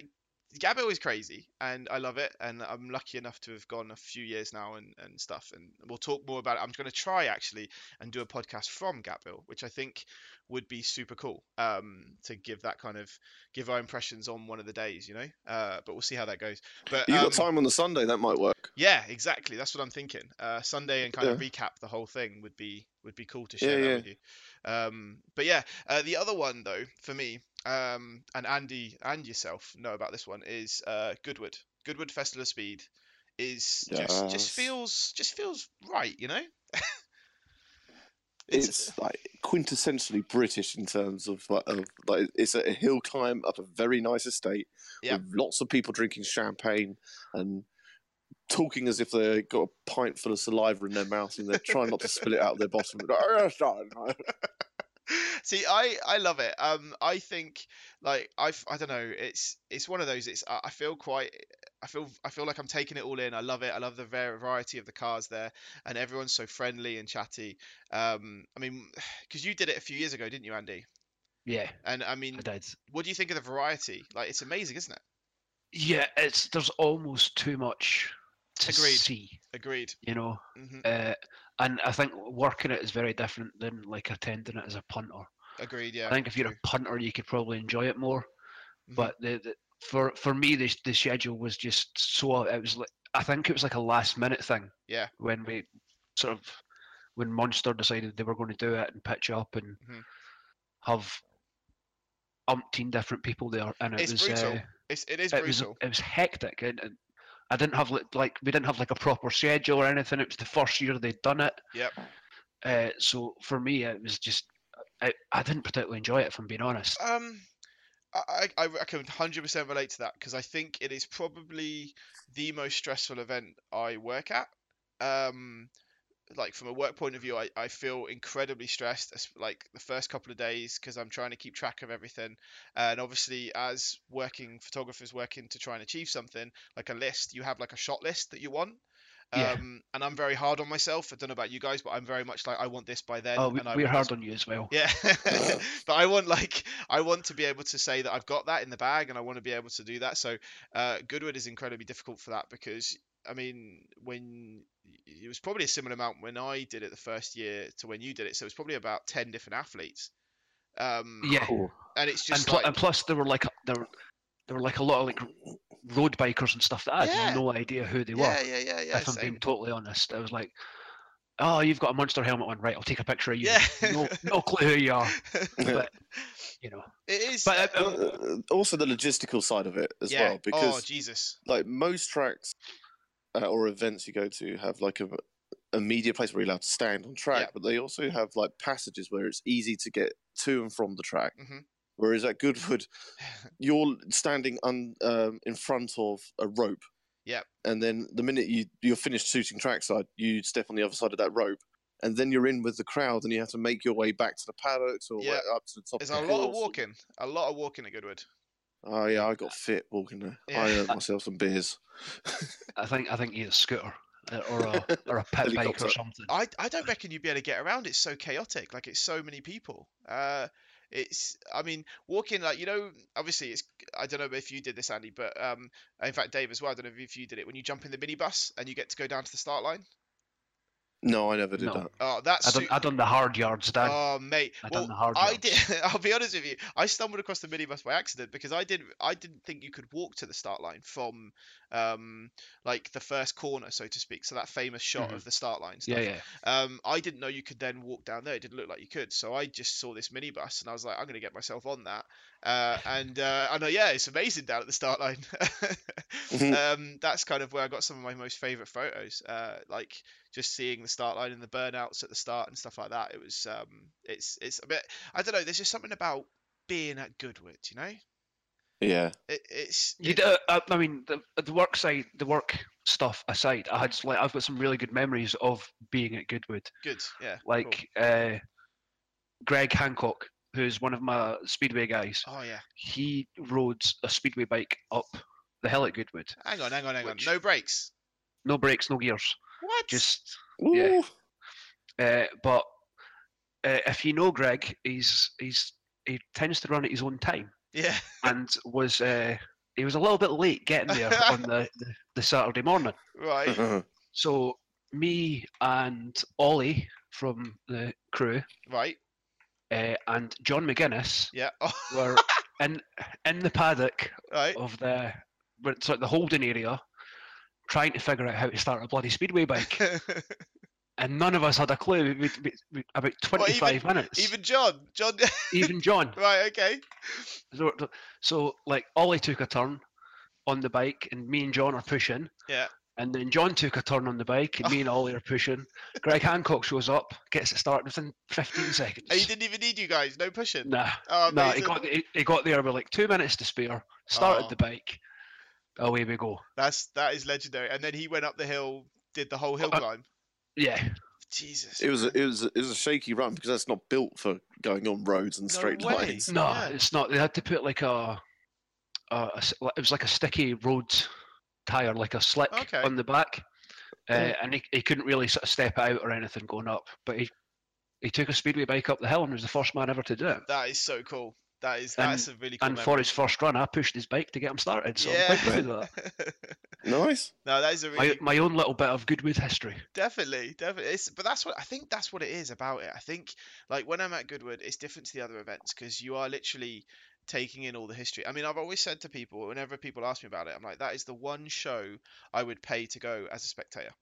A: Gabriel is crazy, and I love it, and I'm lucky enough to have gone a few years now and, and stuff, and we'll talk more about it. I'm going to try actually and do a podcast from Gabriel, which I think would be super cool um, to give that kind of give our impressions on one of the days, you know. Uh, but we'll see how that goes. But
B: you
A: um,
B: got time on the Sunday? That might work.
A: Yeah, exactly. That's what I'm thinking. Uh, Sunday and kind of
B: Yeah.
A: recap the whole thing would be would be cool to
B: Yeah,
A: share that
B: yeah.
A: with you. Um, but yeah, uh, the other one though for me, um, and Andy and yourself know about this one is uh, Goodwood. Goodwood Festival of Speed is just just
B: Yes.
A: feels just feels right, you know.
B: It's, like quintessentially British in terms of like, of like it's a hill climb up a very nice estate
A: Yeah.
B: with lots of people drinking champagne and talking as if they've got a pint full of saliva in their mouth and they're trying not to spill it out of their bottom. "Oh,
A: See, I I love it. Um, I think like I f- I don't know. It's it's one of those. It's I I feel quite. I feel I feel like I'm taking it all in. I love it. I love the var- variety of the cars there, and everyone's so friendly and chatty. Um, I mean, because you did it a few years ago, didn't you, Andy?
C: Yeah,
A: And I mean,
C: I did.
A: what do you think of the variety? Like, it's amazing, isn't it?
C: Yeah, it's there's almost too much to
A: Agreed.
C: see,
A: Agreed.
C: you know.
A: hmm
C: Uh, and I think working it is very different than like attending it as a punter.
A: Agreed. Yeah.
C: I think if you're
A: true.
C: a punter, you could probably enjoy it more.
A: Mhm.
C: But the, the for for me, the the schedule was just so it was like I think it was like a last minute thing.
A: Yeah.
C: When we sort of when Munster decided they were going to do it and pitch up and
A: Mhm.
C: have umpteen different people there, and it
A: It's
C: was
A: brutal.
C: uh,
A: It's, it is
C: it was
A: brutal.
C: it was hectic and. and I didn't have like, like we didn't have like a proper schedule or anything. It was the first year they'd done it.
A: Yep.
C: Uh, so for me, it was just I, I didn't particularly enjoy it, if I'm being honest.
A: Um, I, I, I can 100% relate to that because I think it is probably the most stressful event I work at. Um, like from a work point of view, I, I feel incredibly stressed, es- like the first couple of days because I'm trying to keep track of everything. And obviously, as working photographers working to try and achieve something like a list, you have like a shot list that you want.
C: Yeah.
A: Um, and I'm very hard on myself. I don't know about you guys, but I'm very much like I want this by then.
C: Oh, we,
A: and I
C: we're
A: want this
C: hard on you as well.
A: yeah. but I want like I want to be able to say that I've got that in the bag and I want to be able to do that. So uh, Goodwood is incredibly difficult for that because I mean when it was probably a similar amount when I did it the first year to when you did it. So it's probably about ten different athletes. Um,
C: Yeah,
A: and it's
C: and,
A: just
C: pl-
A: like
C: and plus there were like a- there were, there were like a lot of like r- road bikers and stuff that I had
A: Yeah.
C: no idea who they
A: yeah,
C: were.
A: yeah, yeah, yeah.
C: if I'm
A: same.
C: being totally honest, I was like, "Oh, you've got a monster helmet on, right? I'll take a picture of you."
A: Yeah.
C: No, no clue who you are, but you know.
A: it is.
C: But uh, uh,
B: also the logistical side of it as
A: yeah.
B: well, because
A: oh Jesus.
B: like most tracks uh, or events you go to have like a a media place where you're allowed to stand on track,
A: Yeah.
B: but they also have like passages where it's easy to get to and from the track.
A: Mhm.
B: Whereas at Goodwood, you're standing un, um, in front of a rope.
A: Yep.
B: And then the minute you you're finished shooting trackside, you step on the other side of that rope, and then you're in with the crowd, and you have to make your way back to the paddocks or
A: Yeah.
B: up to the top.
A: There's
B: of
A: a
B: the
A: lot of
B: course.
A: walking. A lot of walking at Goodwood.
B: Oh yeah, I got fit walking there. I
A: Yeah.
B: earned myself some beers.
C: I think I think you need a scooter uh, or a or a pit bike
B: Helicopter.
C: or something.
A: I, I don't reckon you'd be able to get around. It's so chaotic. Like it's so many people. Uh, it's I mean walking like you know obviously it's I don't know if you did this Andy, but um in fact Dave as well. I don't know if you did it when you jump in the minibus and you get to go down to the start line.
B: No, I never did
C: No.
B: that.
A: Oh, that's
C: Mm. I done, I done the hard yards, Dan.
A: oh mate.
C: I done
A: well,
C: the hard yards.
A: I did. I'll be honest with you. I stumbled across the minibus by accident because I did. I didn't think you could walk to the start line from, um, like the first corner, so to speak. So that famous shot
C: Mhm.
A: of the start line. Stuff.
C: Yeah, yeah.
A: Um, I didn't know you could then walk down there. It didn't look like you could. So I just saw this minibus and I was like, I'm going to get myself on that. Uh, and uh, I know, yeah, it's amazing down at the start line.
C: Mm-hmm.
A: um, that's kind of where I got some of my most favorite photos. Uh, like just seeing the start line and the burnouts at the start and stuff like that. It was, um, it's, it's a bit, I don't know. There's just something about being at Goodwood, you know?
B: Yeah.
A: It, it's,
C: You
A: it-
C: d- uh, uh, I mean, the, the work side, the work stuff aside, I had s- like I've got some really good memories of being at Goodwood.
A: good. Yeah. cool.
C: Like uh, Greg Hancock, who's one of my speedway guys,
A: Oh yeah.
C: he rode a speedway bike up the hill at Goodwood.
A: Hang on, hang on, hang
C: Which-
A: on. No brakes.
C: No brakes, no gears,
A: What?
C: just
B: Ooh.
C: Uh, but uh, if you know Greg, he's he's he tends to run at his own time,
A: yeah.
C: and was uh, he was a little bit late getting there on the, the, the Saturday morning.
A: Right.
C: So me and Ollie from the crew
A: Right.
C: uh, and John McGuinness
A: Yeah. Oh,
C: were in in the paddock
A: right.
C: of the but sort of the holding area, trying to figure out how to start a bloody speedway bike, and none of us had a clue. We, we, we, about
A: Well,
C: twenty
A: even-
C: five minutes,
A: Even John. John.
C: even John.
A: right. Okay.
C: So, so- so like Ollie took a turn on the bike, and me and John are pushing.
A: Yeah.
C: And then John took a turn on the bike, and me and Ollie are pushing. Greg Hancock shows up, gets it started within 15 seconds.
A: And he didn't even need you guys. No pushing.
C: Nah,
A: Oh,
C: nah. He
A: amazing.
C: got he, he got there with like two minutes to spare. Started
A: Oh.
C: the bike. Away we go.
A: That's that is legendary. And then he went up the hill, did the whole hill
C: Uh,
A: climb.
C: Yeah.
A: Jesus.
B: It was
A: man.
B: a, it was a, it was a shaky run because that's not built for going on roads and
A: No
B: straight
A: way.
B: lines.
C: No,
A: Yeah.
C: it's not. They had to put like a, a, a s- like- it was like a sticky road tire, like a slick
A: Okay. Mm.
C: on the back, uh,
B: Yeah.
C: and he, he couldn't really sort of step out or anything going up. But he he took a speedway bike up the hill and was the first man ever to do it.
A: That is so cool. That is that's a really cool.
C: and for
A: memory.
C: his first run, I pushed his bike to get him started. So
A: Yeah.
C: I'm quite proud of that.
B: Nice.
A: no, that is a really
C: My, my own little bit of Goodwood history.
A: Definitely, definitely. It's, but that's what I think. That's what it is about it. I think, like when I'm at Goodwood, it's different to the other events because you are literally taking in all the history. I mean, I've always said to people, whenever people ask me about it, I'm like, that is the one show I would pay to go as a spectator.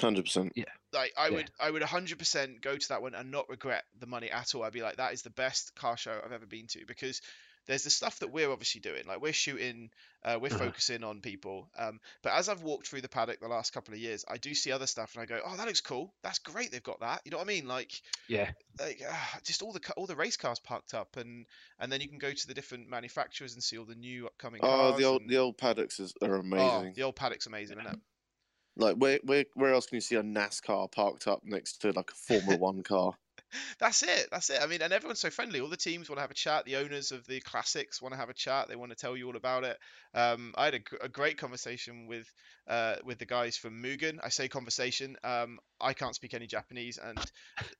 B: Hundred percent.
A: Like, I
C: Yeah.
A: would, I would 100% go to that one and not regret the money at all. I'd be like, that is the best car show I've ever been to because there's the stuff that we're obviously doing. Like we're shooting, uh, we're
C: Mhm.
A: focusing on people. Um, but as I've walked through the paddock the last couple of years, I do see other stuff and I go, oh, that looks cool. That's great. They've got that. You know what I mean? Like,
C: Yeah.
A: like ah, just all the ca- all the race cars parked up, and and then you can go to the different manufacturers and see all the new upcoming cars.
B: Oh, the old
A: and-
B: the old paddocks is, are
A: Oh,
B: amazing.
A: the old paddock's amazing, isn't it?
B: Like where where where else can you see a NASCAR parked up next to like a Formula One car?
A: That's it. That's it. I mean, and everyone's so friendly. All the teams want to have a chat. The owners of the classics want to have a chat. They want to tell you all about it. Um, I had a, gr- a great conversation with uh, with the guys from Mugen. I say conversation. Um, I can't speak any Japanese, and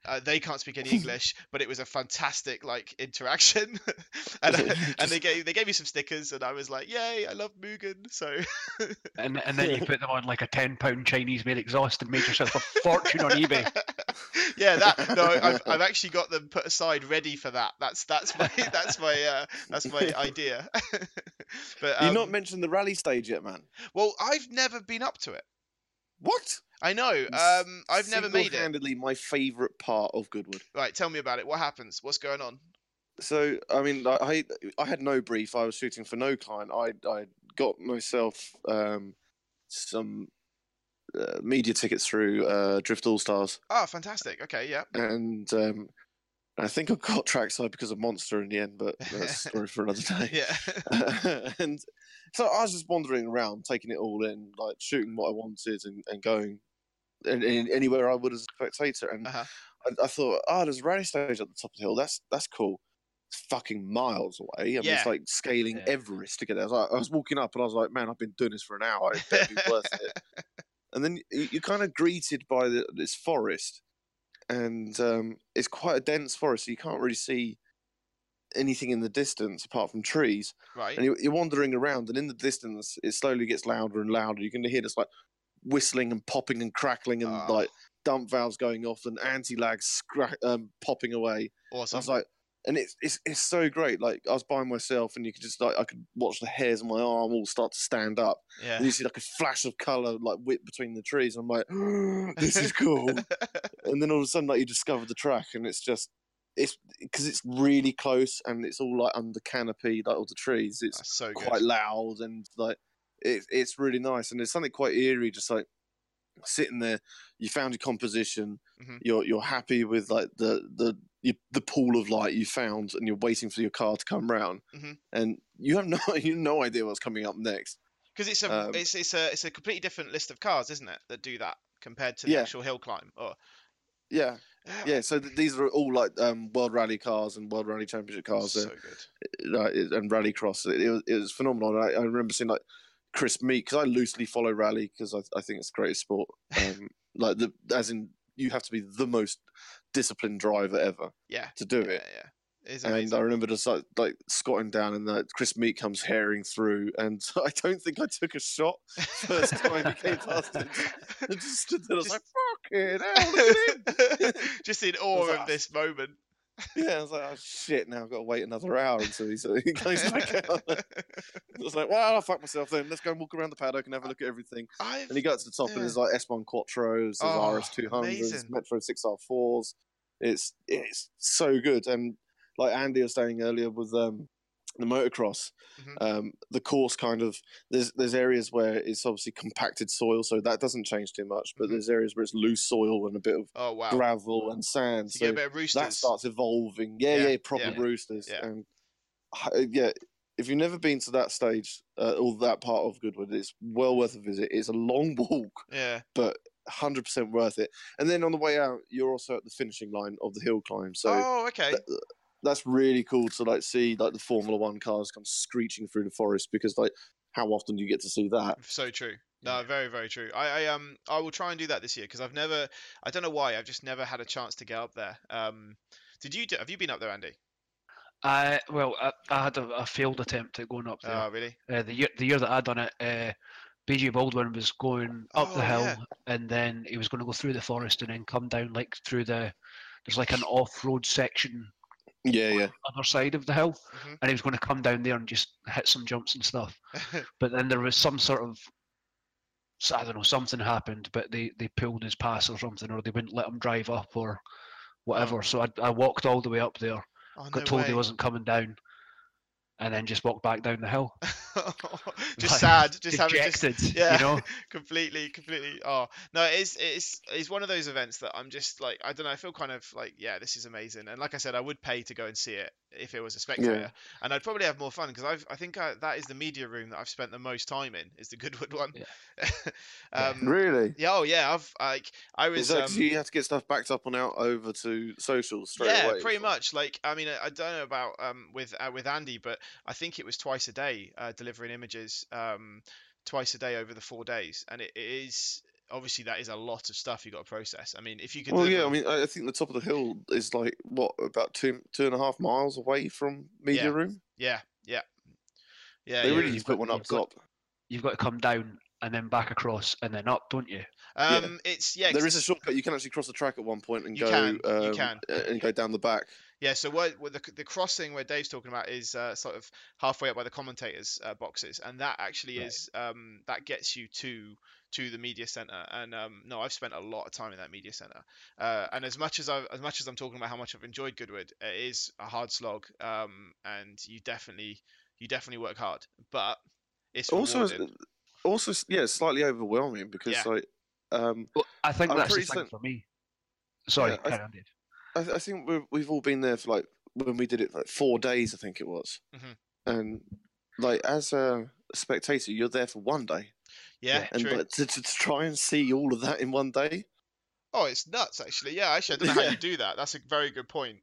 A: uh, they can't speak any English. But it was a fantastic like interaction, and, I- and they gave they gave me some stickers, and I was like, "Yay! I love Mugen." So
C: And and then you put them on like a ten pound Chinese made exhaust and made yourself a fortune on eBay.
A: yeah, that no, I've, I've actually got them put aside ready for that. That's that's my that's my uh, that's my idea. but
B: You've
A: um,
B: not mentioned the rally stage yet, man.
A: well, I've never been up to it.
B: What?
A: I know. Um, I've never made it.
B: Handedly, my favourite part of Goodwood.
A: Right, tell me about it. What happens? What's going on?
B: So I mean, I I- I had no brief. I was shooting for no client. I I got myself um, some uh, media tickets through uh, Drift All Stars,
A: Oh, fantastic. Okay, yeah.
B: and um, I think I got trackside because of Monster in the end, but that's a story for another day.
A: Yeah.
B: and so I was just wandering around, taking it all in, like shooting what I wanted and, and going and, and anywhere I would as a spectator. And
A: Uh-huh.
B: I, I thought, oh, there's a rally stage at the top of the hill. That's that's cool. It's fucking miles away. I mean,
A: Yeah.
B: it's like scaling
D: Yeah.
B: Everest to get there. I was, like, I was walking up and I was like, man, I've been doing this for an hour. It better be worth it. And then you- you're kind of greeted by the, this forest, and um, it's quite a dense forest, so you can't really see anything in the distance apart from trees
A: right.
B: and you're, you're wandering around, and in the distance, it slowly gets louder and louder. You can hear this like whistling and popping and crackling and
A: Ah.
B: like dump valves going off and anti lags scra- um, popping away. So I
A: Awesome.
B: was like, and it's, it's it's so great. Like I was by myself, and you could just like I could watch the hairs on my arm all start to stand up, and
A: yeah.
B: you see like a flash of color like whip between the trees. And I'm like, this is cool. and then all of a sudden, like you discover the track, and it's just. It's because it's really close and it's all like under canopy, like all the trees. It's
A: That's so good.
B: quite loud and like it, it's really nice and there's something quite eerie just like sitting there you found your composition
A: Mhm.
B: you're you're happy with like the the you, the pool of light you found and you're waiting for your car to come round
A: Mhm.
B: and you have no you have no idea what's coming up next
A: Because it's a
B: um,
A: it's it's a it's a completely different list of cars, isn't it? That do that compared to the
B: Yeah.
A: actual hill climb. Oh, Or
B: yeah yeah so th- these are all like um world rally cars and world rally championship cars
A: so
B: so.
A: good.
B: like, it- and rallycross. It, it was it was phenomenal. I, I remember seeing like Chris Meek because I loosely follow rally because I, I think it's the greatest sport. Um, like the as in you have to be the most disciplined driver ever
A: Yeah.
B: to do
A: yeah,
B: it.
A: yeah. It's
B: And
A: amazing.
B: I remember just like, like squatting down and like, Chris Meek comes herring through, and I don't think I took a shot first time he came past it. I just stood there, I was
A: Just-
B: like, "Fucking hell, look at him!"
A: Just in awe
B: like,
A: of this moment.
B: Yeah, I was like, "Oh shit, now I've got to wait another hour until he, so he goes back out." I was like, well, I'll fuck myself then. Let's go and walk around the paddock and have a look at everything.
A: I've
B: And he got to the top, and there's like S1 Quattros, there's
A: Oh,
B: RS200s,
A: amazing.
B: Metro 6R4s. It's it's so good. And like Andy was saying earlier with um, the motocross,
A: Mhm.
B: um, the course kind of there's there's areas where it's obviously compacted soil, so that doesn't change too much. But
A: Mhm.
B: there's areas where it's loose soil and a bit of
A: oh wow.
B: gravel and sand.
A: So
B: so
A: you get a bit of roosters.
B: that starts evolving. Yeah,
A: Yeah,
B: yeah, proper
A: yeah.
B: roosters.
A: Yeah.
B: And h- yeah, if you've never been to that stage uh, or that part of Goodwood, it's well worth a visit. It's a long walk,
A: Yeah.
B: but 100% worth it. And then on the way out, you're also at the finishing line of the hill climb. So
A: oh okay.
B: th- that's really cool to like see like the Formula One cars come screeching through the forest because like how often do you get to see that?
A: So true. No, very, very true. I, I um I will try and do that this year because I've never I don't know why I've just never had a chance to get up there. Um, did you do, have you been up there, Andy?
C: I well, I, I had a, a failed attempt at going up there.
A: Oh really?
C: uh, the year the year that I done it, uh, BG Baldwin was going up
A: Oh,
C: the hill
A: yeah.
C: and then he was going to go through the forest and then come down like through the there's like an off-road section
B: Yeah, yeah.
C: other side of the hill
A: Mhm.
C: and he was going to come down there and just hit some jumps and stuff. But then there was some sort of s- I don't know something happened, but they they pulled his pass or something, or they wouldn't let him drive up or whatever. So I, I walked all the way up there,
A: Oh,
C: got
A: no
C: told he
A: way.
C: wasn't coming down, and then just walked back down the hill.
A: just
C: Like,
A: sad. Just having just
C: dejected,
A: yeah.
C: you know.
A: completely completely oh no it's it's it's one of those events that i'm just like i don't know i feel kind of like yeah this is amazing and like i said i would pay to go and see it if it was a spectator and i'd probably have more fun because i've i think I, that is the media room that i've spent the most time in is the goodwood one
C: Yeah.
A: um yeah.
B: Really?
A: oh yeah i've like i was
B: Is that 'cause
A: um,
B: you have to get stuff backed up and out over to social straight
A: yeah,
B: away?
A: pretty
B: so-
A: much. Like, I mean, I, I don't know about um with uh, with Andy, but I think it was twice a day uh, delivering images, um, twice a day over the four days, and it, it is obviously that is a lot of stuff you got to process. I mean, if you could.
B: Well, yeah,
A: deliver-
B: I mean, I I think the top of the hill is like what about two two and a half miles away from media
A: Yeah.
B: room.
A: yeah, yeah, yeah.
B: They
A: yeah.
B: really
C: you've
B: just put
C: got-
B: one up
C: you've got-
B: top.
C: You've got to come down and then back across and then up, don't you?
A: Um, it's yeah.
B: There
A: ex-
B: is a shortcut. You can actually cross the track at one point and
A: You
B: go
A: can, you
B: um,
A: can.
B: a- and go down the back.
A: Yeah, so what, what the, the crossing where Dave's talking about is uh, sort of halfway up by the commentators' uh, boxes, and that actually
C: Right.
A: is um, that gets you to to the media center. And um, no, I've spent a lot of time in that media center. Uh, and as much as I as much as I'm talking about how much I've enjoyed Goodwood, it is a hard slog, um, and you definitely you definitely work hard, but it's
B: Also,
A: rewarding.
B: also, s- yeah, it's slightly overwhelming because
A: Yeah.
B: like Um,
C: Well, I think
B: I'm
C: that's the
B: pretty
C: thing
B: cer-
C: for me. Sorry,
B: Yeah, I-
C: carry on, Dave.
B: I, I think we've, we've all been there for like when we did it for like four days, I think it was.
A: Mhm.
B: And like as a spectator, you're there for one day,
A: Yeah,
B: and
A: true.
B: but to, to, to try and see all of that in one day,
A: Oh, it's nuts, actually. Yeah, actually, I don't know how
B: Yeah.
A: you do that. That's a very good point.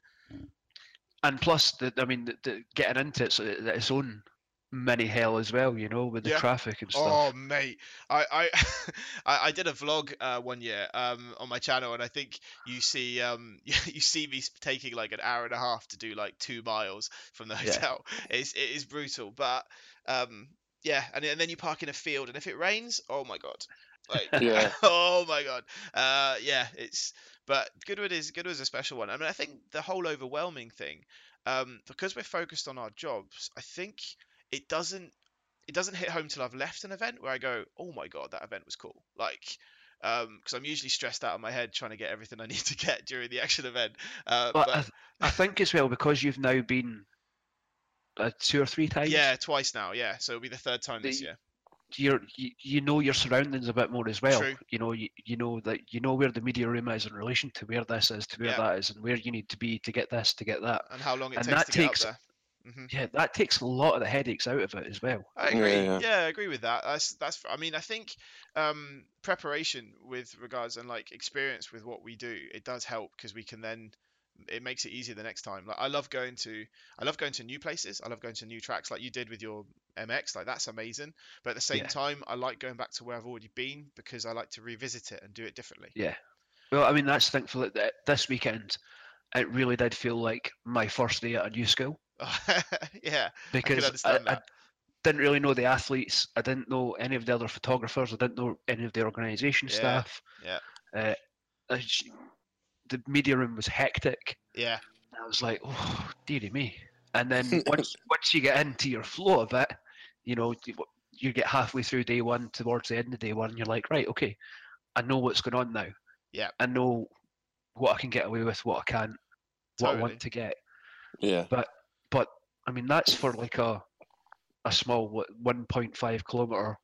C: and plus, the, I mean, the, the getting into it's, its own mini hell as well, you know, with the
A: Yeah.
C: traffic and stuff.
A: Oh mate, I I, I I did a vlog uh, one year um, on my channel, and I think you see um, you see me sp- taking like an hour and a half to do like two miles from the
C: Yeah.
A: hotel. It's it is brutal, but um, yeah, and, and then you park in a field, and if it rains, oh my god, like
B: Yeah.
A: oh my god, uh, yeah, it's but Goodwood is Goodwood's a special one. I mean, I think the whole overwhelming thing, um, because we're focused on our jobs, I think it doesn't it doesn't hit home till I've left an event where I go, oh my god, that event was cool. Like, because I'm usually stressed out of my head trying to get everything I need to get during the actual event. Uh,
C: but
A: but
C: I, th- I think as well because you've now been uh, two or three times.
A: yeah, twice now. Yeah, so it'll be the third time this
C: The-
A: year.
C: You're, you you know your surroundings a bit more as well.
A: True.
C: You know you, you know that you know where the media room is in relation to where this is, to where
A: Yeah.
C: that is, and where you need to be to get this, to get that.
A: And how long it
C: and
A: takes
C: that
A: to
C: takes-
A: get up there. hmm
C: Yeah, that takes a lot of the headaches out of it as well.
A: I
B: Yeah,
A: agree. Yeah,
B: yeah.
A: I agree with that. That's that's. I mean, I think um, preparation with regards and like experience with what we do, it does help because we can then it makes it easier the next time. Like I love going to I love going to new places. I love going to new tracks, like you did with your MX. Like that's amazing. But at the same
C: Yeah.
A: time, I like going back to where I've already been because I like to revisit it and do it differently.
C: Well, I mean that's the thing for like, th- this weekend. It really did feel like my first day at a new school
A: yeah,
C: because I,
A: understand
C: I
A: that.
C: didn't really know the athletes. I didn't know any of the other photographers. I didn't know any of the organisation
A: Yeah,
C: staff.
A: yeah.
C: Uh, I sh- the media room was hectic.
A: yeah,
C: I was like, oh, dearie me. And then once once you get into your flow of it, you know, you- you get halfway through day one towards the end of day one, and you're like, right, okay, I know what's going on now.
A: Yeah.
C: I know what I can get away with, what I can't, what I
A: Totally.
C: want to get.
B: yeah,
C: But I mean, that's for like a a small what, 1.5 kilometer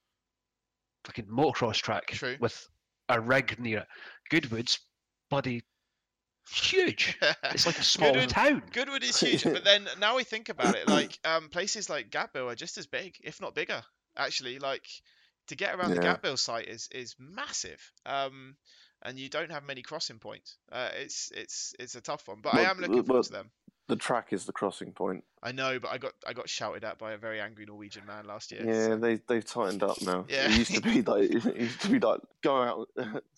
C: fucking motocross track
A: True.
C: with a rig near it. Goodwood's bloody huge. It's like a small
A: Goodwood-
C: town.
A: Goodwood is huge, but then now we think about it, like um, places like Gapbill are just as big, if not bigger. Actually, like to get around the
B: Yeah.
A: Gapbill site is is massive, um, and you don't have many crossing points. Uh, it's it's it's a tough one, but I
B: Well,
A: am looking
B: well-
A: forward to them.
B: the track is the crossing point.
A: I know, but I got I got shouted at by a very angry Norwegian man last year.
B: Yeah,
A: so-
B: they they've tightened up now.
A: Yeah.
B: It used to be like it used to be like go out,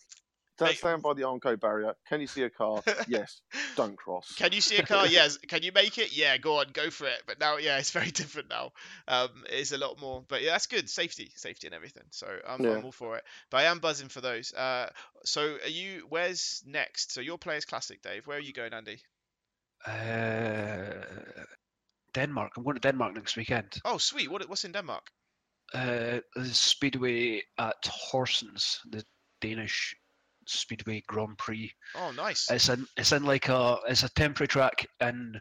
A: Mate.
B: don't stand by the Armco barrier. Can you see a car? yes. Don't cross.
A: Can you see a car? yes. Can you make it? Yeah. Go on, go for it. But now, yeah, it's very different now. Um, it's a lot more. But yeah, that's good. Safety, safety, and everything. So I'm,
B: Yeah.
A: I'm all for it. But I am buzzing for those. Uh, so are you? Where's next? So your players classic, Dave. Where are you going, Andy?
C: Uh, Denmark. I'm going to Denmark next weekend.
A: Oh, sweet. What, what's in Denmark?
C: Uh, the Speedway at Horsens, the Danish Speedway Grand Prix.
A: Oh, nice.
C: It's in it's in like a it's a temporary track in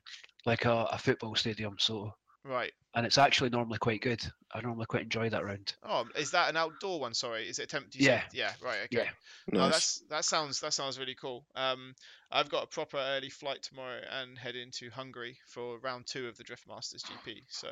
C: like a, a football stadium. So
A: Right.
C: and it's actually normally quite good. I normally quite enjoy that round.
A: Oh, is that an outdoor one? Sorry, is it attempt? you said- Yeah. Right. Okay.
C: Yeah.
A: No, that's that sounds that sounds really cool. Um, I've got a proper early flight tomorrow and head into Hungary for round two of the Drift Masters GP. So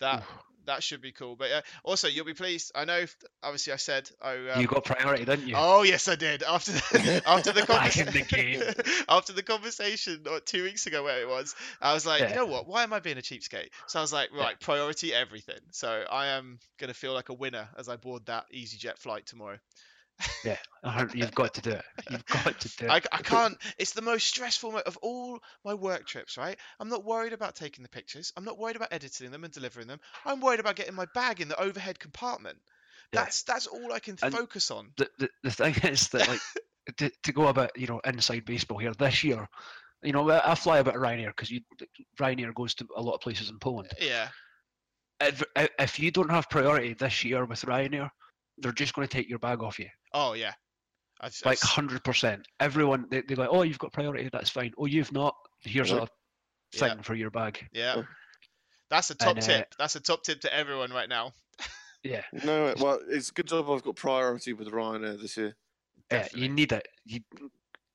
A: that
C: Oof.
A: that should be cool. But uh, also, you'll be pleased. I know. f- Obviously, I said. I, um,
C: you got priority, didn't you?
A: Oh yes, I did. After the, after the
C: Back in the
A: conversation, after the conversation or two weeks ago, where it was, I was like,
C: Yeah.
A: you know what? Why am I being a cheapskate? So I was like, right, priority everything. So I am gonna feel like a winner as I board that EasyJet flight tomorrow.
C: A hundred- You've got to do it. You've got to do it.
A: I, c- I can't. It's the most stressful mo- of all my work trips, right? I'm not worried about taking the pictures. I'm not worried about editing them and delivering them. I'm worried about getting my bag in the overhead compartment.
C: Yeah.
A: That's that's all I can
C: And-
A: focus on.
C: the, the, the thing is that like to, to go about you know inside baseball here this year you know i I fly about ryanair because you ryanair goes to a lot of places in poland
A: Yeah,
C: if, i- if you don't have priority this year with ryanair they're just going to take your bag off you
A: Oh yeah, I've, I've
C: like
A: s-
C: 100% everyone they, they're like oh you've got priority that's fine oh you've not here's
B: Right.
C: a
A: Yeah.
C: thing for your bag
A: yeah.
B: Yeah.
A: That's a top
C: oh. And, uh,
A: tip. That's a top tip to everyone right now.
C: yeah
B: No, well, it's a good job I've got priority with Ryanair this year.
C: Yeah, you need it. You,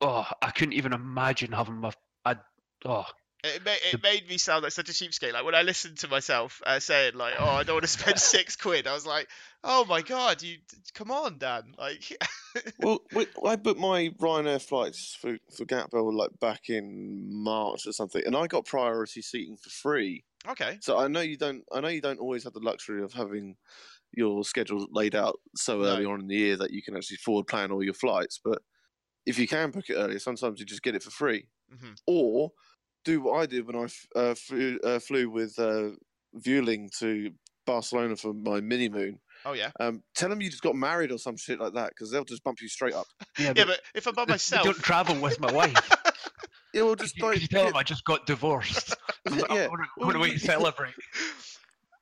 C: oh, I couldn't even imagine having my. I, oh,
A: It, ma- it made me sound like such a cheapskate. Like when I listened to myself uh, saying, "Like, oh, I don't want to spend six quid," I was like, "Oh my god, you come on, Dan!" Like,
B: well, we, I booked my Ryanair flights for for Gatbell like back in March or something, and I got priority seating for free.
A: okay,
B: So I know you don't. I know you don't always have the luxury of having your schedule laid out so early on in the year that you can actually forward plan all your flights. But if you can book it earlier, sometimes you just get it for free,
C: Mm-hmm.
A: hmm
B: or do what I did when I f- uh, flew, uh, flew with uh, Vueling to Barcelona for my mini moon.
A: oh yeah.
B: Um, tell them you just got married or some shit like that because they'll just bump you straight up.
C: yeah.
A: Yeah,
C: but
A: but if I'm by
C: I don't
A: myself,
C: travel with my wife.
B: Yeah, well,
C: Could
B: just
C: you, could
B: don't
C: you tell
B: yeah,
C: them I just got divorced. I'm like,
B: Yeah.
C: I'm gonna- I'm going to wait to celebrate.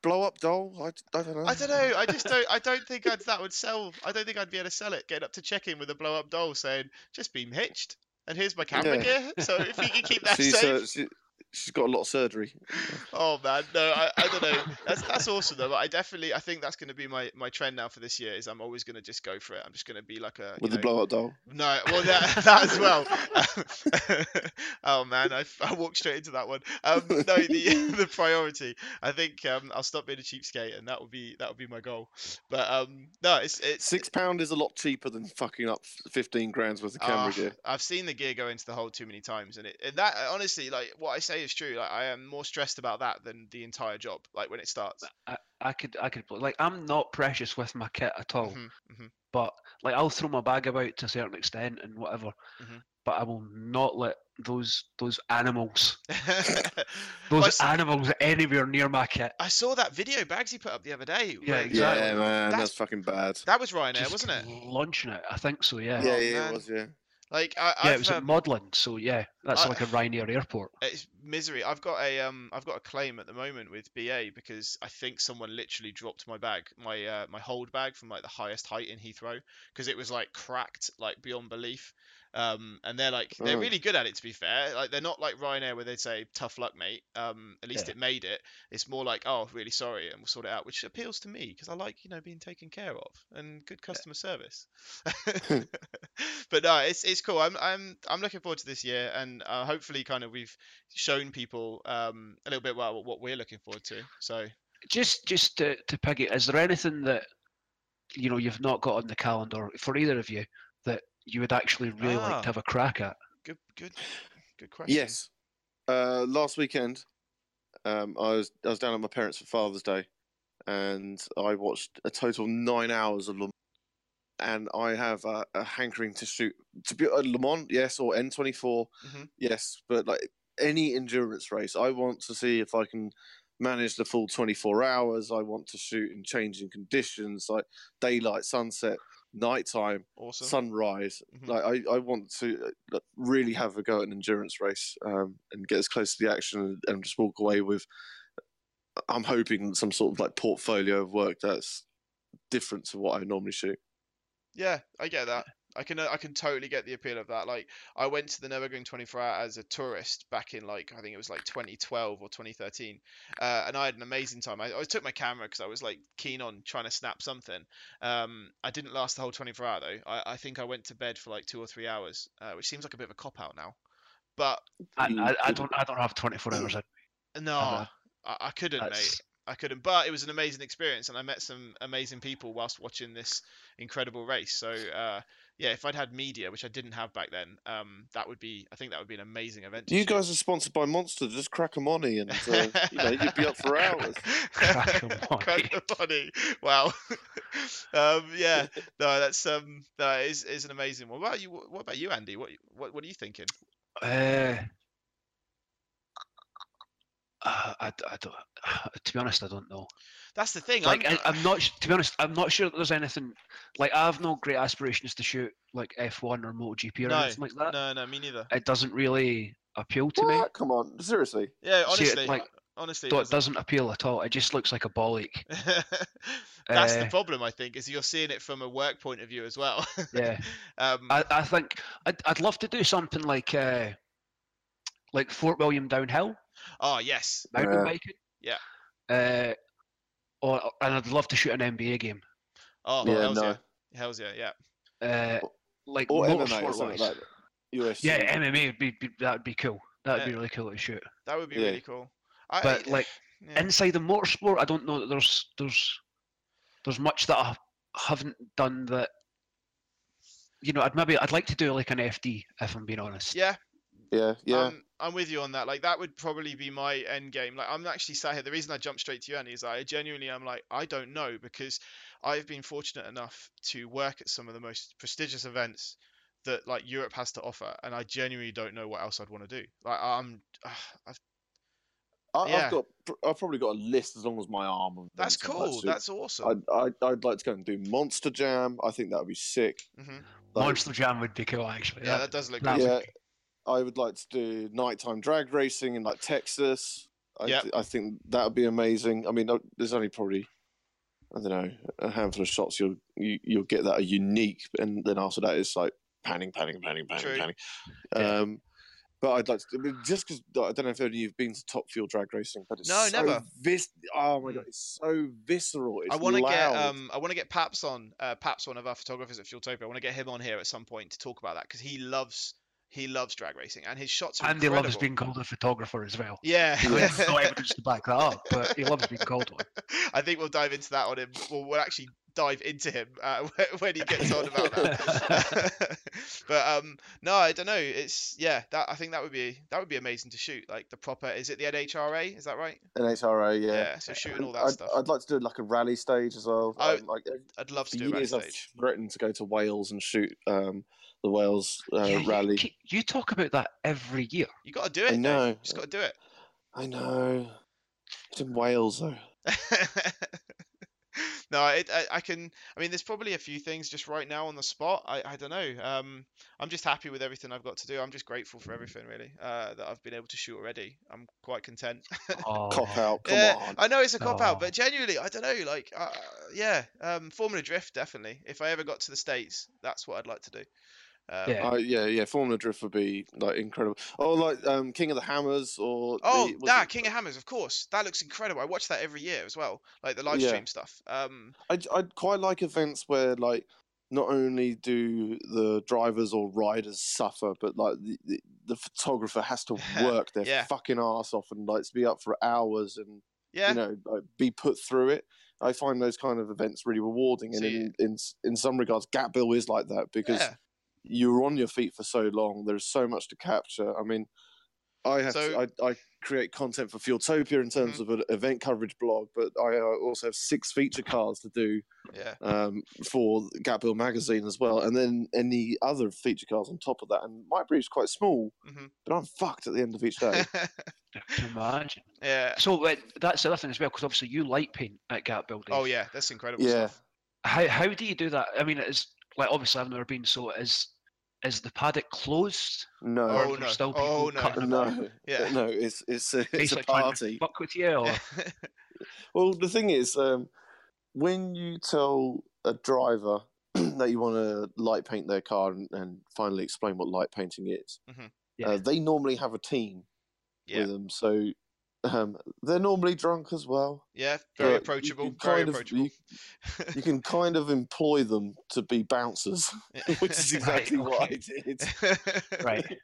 B: blow up doll. I, I don't know.
A: I don't know. I just don't. I don't think I'd, that would sell. I don't think I'd be able to sell it. Getting up to check in with a blow up doll saying, "Just been hitched." And here's my camera
B: Yeah.
A: gear. So if you can keep that
B: She's,
A: safe,
B: uh, she, she's got a lot of surgery.
A: Oh man, no, I, I don't know. That's that's awesome though. But I definitely I think that's going to be my, my trend now for this year is I'm always going to just go for it. I'm just going to be like a you
B: with the
A: know-
B: blow up doll.
A: No, well that, that as well. oh man, I, I walked straight into that one. Um, no, the the priority. I think um, I'll stop being a cheapskate and that would be that would be my goal. But um, no, it's it's
B: Six pound is a lot cheaper than fucking up fifteen grand's worth of camera
A: Ah,
B: gear.
A: I've seen the gear go into the hole too many times, and it and that honestly, like what I say is true. Like I am more stressed about that than the entire job. Like when it starts.
C: I, I could, I could, like, I'm not precious with my kit at all.
A: Mhm, mhm.
C: But like, I'll throw my bag about to a certain extent and whatever.
A: Mhm.
C: But I will not let those those animals,
A: Well, Mm-hmm. I,
C: those
A: s-
C: animals anywhere near my kit.
A: I saw that video Bagsy put up the other day.
C: Yeah,
A: where-
C: exactly.
B: Yeah, man, that's,
A: That's-
B: fucking bad.
A: That was Ryanair,
C: just
A: wasn't it?
C: Launching it, I think so. Yeah.
B: yeah,
A: Oh,
B: yeah,
A: man.
B: it was. Yeah,
A: Like I,
C: Yeah, it
A: I've,
C: was at
A: um,
C: Modlin, so yeah, that's
A: I-
C: like a Ryanair airport.
A: it's misery. I've got a um, I've got a claim at the moment with BA because I think someone literally dropped my bag, my uh, my hold bag from like the highest height in Heathrow because it was like cracked like beyond belief. Um, and they're like they're
B: Oh.
A: really good at it to be fair. Like they're not like Ryanair where they'd say tough luck, mate. Um, at least
C: Yeah.
A: it made it. It's more like oh really sorry and we'll sort it out, which appeals to me because I like you know being taken care of and good customer service. but no, it's it's cool. I'm I'm I'm looking forward to this year and uh, hopefully kind of we've shown people um, a little bit about what we're looking forward to. So
C: Just, just to to piggy, is there anything that you know you've not got on the calendar for either of you that you would actually really like
A: Ah.
C: to have a crack at?
A: good, good, good question.
B: yes. Uh, last weekend, um, I was I was down at my parents for Father's Day, and I watched a total of nine hours of Le Mans. And I have a, a hankering to shoot to be uh, Le Mans, yes, or N twenty four,
A: Mhm.
B: yes, but like any endurance race, I want to see if I can manage the full twenty four hours. I want to shoot in changing conditions, like daylight, sunset, nighttime,
A: awesome.
B: sunrise.
A: Mhm.
B: Like I, I want to uh, like, really have a go at an endurance race um, and get as close to the action and, and just walk away with. uh, I'm hoping some sort of like portfolio of work that's different to what I normally shoot.
A: Yeah, I get that. I can uh, I can totally get the appeal of that. Like I went to the Nurburgring 24 Hour as a tourist back in like I think it was like 2012 or 2013, uh, and I had an amazing time. I, I took my camera because I was like keen on trying to snap something. Um, I didn't last the whole 24 hour though. I, I think I went to bed for like two or three hours, uh, which seems like a bit of a cop out now. But
C: I,
B: Mm,
C: I, I
B: good.
C: don't, I don't have twenty four hours. in.
A: no,
C: Uh-huh.
A: I, I couldn't, mate.
C: That's,
A: I couldn't, but it was an amazing experience, and I met some amazing people whilst watching this incredible race. So uh, yeah, if I'd had media, which I didn't have back then, um, that would be, I think that would be an amazing event. to
B: You
A: shoot.
B: guys are sponsored by Monster. Just crack 'em on E and uh, you know you'd be up for hours.
C: Crack 'em on,
A: Crack 'em on, eh? Wow. um, yeah, no, that's um, that is is an amazing one. What about you? What about you, Andy? What what what are you thinking?
C: uh, uh, I, d- I don't. To be honest, I don't know.
A: That's the thing.
C: Like, I,
A: I'm,
C: I'm not. s- To be honest, I'm not sure that there's anything. Like, I have no great aspirations to shoot like F1 or MotoGP or
A: No,
C: anything like that.
A: no, no, me neither.
C: It doesn't really appeal to me.
B: What? Come on, seriously.
A: Yeah,
C: See,
A: honestly,
C: like,
A: honestly, it
C: Though it
A: doesn't-
C: doesn't appeal at all. It just looks like a bollock.
A: That's the
C: Uh,
A: problem, I think, is you're seeing it from a work point of view as well.
C: Yeah.
A: um,
C: I, I think I'd, I'd love to do something like uh, like Fort William downhill.
A: oh yes,
C: mountain
B: Yeah.
C: biking.
A: Yeah.
C: Uh, or and I'd love to shoot an NBA game.
A: oh
B: yeah,
A: hell's
B: no. Oh,
A: yeah, hell's yeah, yeah.
C: Uh, like
B: Or MMA or
C: motorsport
B: something
C: wise.
B: like that. UFC.
C: yeah, MMA would be, be that'd be cool. That'd be
A: Yeah.
C: really cool to shoot.
A: That would be
B: Yeah.
A: really cool. I,
C: But like
A: yeah.
C: inside the motorsport, I don't know that there's there's there's much that I haven't done that. You know, I'd maybe I'd like to do like an FD if I'm being honest.
A: yeah,
B: Yeah, yeah.
A: Um, I'm with you on that. Like that would probably be my end game. Like I'm actually sat here. The reason I jumped straight to you, Andy, is I genuinely am like I don't know because I've been fortunate enough to work at some of the most prestigious events that like Europe has to offer, and I genuinely don't know what else I'd want to do. Like I'm, I've,
B: I,
A: yeah.
B: I've got, pr- I've probably got a list as long as my arm. of
A: that's
B: events I'd
A: cool.
B: like to do.
A: That's awesome.
B: I'd, I'd, I'd like to go and do Monster Jam. I think that would be sick.
A: hmm
B: Like,
C: Monster Jam would be cool actually.
A: Yeah, that
C: That-
A: does look
C: that
A: good.
C: would
B: Yeah.
C: be-
B: I would like to do nighttime drag racing in like Texas. I,
A: Yep.
B: th- I think that would be amazing. I mean, uh, there's only probably I don't know a handful of shots you'll you, you'll get that are unique, and then after that it's like panning, panning, panning, panning,
A: True.
B: panning.
C: Yeah.
B: Um, but I'd like to I mean, just because I don't know if any of you've been to Top Fuel drag racing, but it's
A: No,
B: so
A: never.
B: Vis- oh my god, it's so visceral. It's
A: I want to get
B: loud.
A: um I want to get Paps on uh, Paps one of our photographers at Fueltopia. I want to get him on here at some point to talk about that because he loves he loves drag racing and his shots are
C: Andy loves
A: incredible.
C: being called a photographer as well.
A: Yeah.
C: I mean, there's no evidence to back that up, but he loves being called one.
A: I think we'll dive into that on him. We'll, we'll actually dive into him uh, wh- when he gets on about that. but um, no, I don't know. It's yeah. That I think that would be that would be amazing to shoot. Like the proper. Is it the NHRA? Is that right?
B: NHRA, yeah.
A: so shooting all that
B: I'd,
A: stuff.
B: I'd like to do like a rally stage as well.
A: I-
B: Um, like
A: I'd, love to
B: for
A: do a
B: years I've
A: stage.
B: threatened to go to Wales and shoot um, the Wales uh,
C: Yeah, you
B: rally.
C: keep- You, talk about that every year.
A: You got to do it. Dave.
B: know.
A: You just got to do it.
B: I know. It's in Wales though.
A: no, it, I, I can. I mean, there's probably a few things just right now on the spot. I, I don't know. Um, I'm just happy with everything I've got to do. I'm just grateful for everything really uh, that I've been able to shoot already. I'm quite content.
C: Oh,
B: Cop out, come
A: yeah,
B: on.
A: I know it's a cop out,
C: Oh.
A: but genuinely, I don't know. Like, uh, yeah, um, Formula Drift definitely. If I ever got to the states, that's what I'd like to do. Um,
C: Yeah.
B: Uh, yeah, yeah. Formula Drift would be like incredible. Oh, like um, King of the Hammers or
A: Oh,
B: the, was
A: nah,
B: it-
A: King of Hammers, of course. That looks incredible. I watch that every year as well, like the live
B: Yeah.
A: stream stuff. Um,
B: I'd, I'd quite like events where like not only do the drivers or riders suffer, but like the, the, the photographer has to work their
A: Yeah.
B: fucking ass off and like be up for hours and
A: yeah,
B: you know like, be put through it. I find those kind of events really rewarding, and
A: See-
B: in, in s- in some regards, Gapbill is like that because
A: yeah.
B: you're on your feet for so long. There's so much to capture. I mean, I have
A: So- Mm-hmm.
B: to, I, I create content for Fieldtopia in terms of an event coverage blog, but I uh, also have six feature cards to do
A: yeah.
B: um, for Gapbill magazine as well, and then any other feature cards on top of that. And my brief's quite small,
A: Mhm.
B: but I'm fucked at the end of each day.
C: Can you imagine.
A: yeah.
C: So uh, that's the other thing as well, because obviously you light paint at Gap Building.
A: Oh yeah, that's incredible
B: Yeah.
A: stuff.
C: How how do you do that? I mean, it's like obviously I've never been. So is is the paddock closed?
A: Oh,
C: Or
B: no,
C: are there
A: no.
C: still people
A: Oh, no.
C: cutting about?
B: no,
A: Yeah.
B: no, it's it's a, it's a
C: Basically trying to
B: party.
C: Fuck with you, or
B: Well, the thing is, um, when you tell a driver that you want to light paint their car and, and finally explain what light painting is,
A: Mhm.
C: Yeah.
B: uh, they normally have a team
A: Yeah.
B: with them. So um, they're normally drunk as well.
A: yeah, very
B: but you
A: approachable.
B: can
A: Very
B: kind of-
A: approachable.
B: You can kind of employ them to be bouncers, which is exactly what I
C: okay.
B: did.
C: right?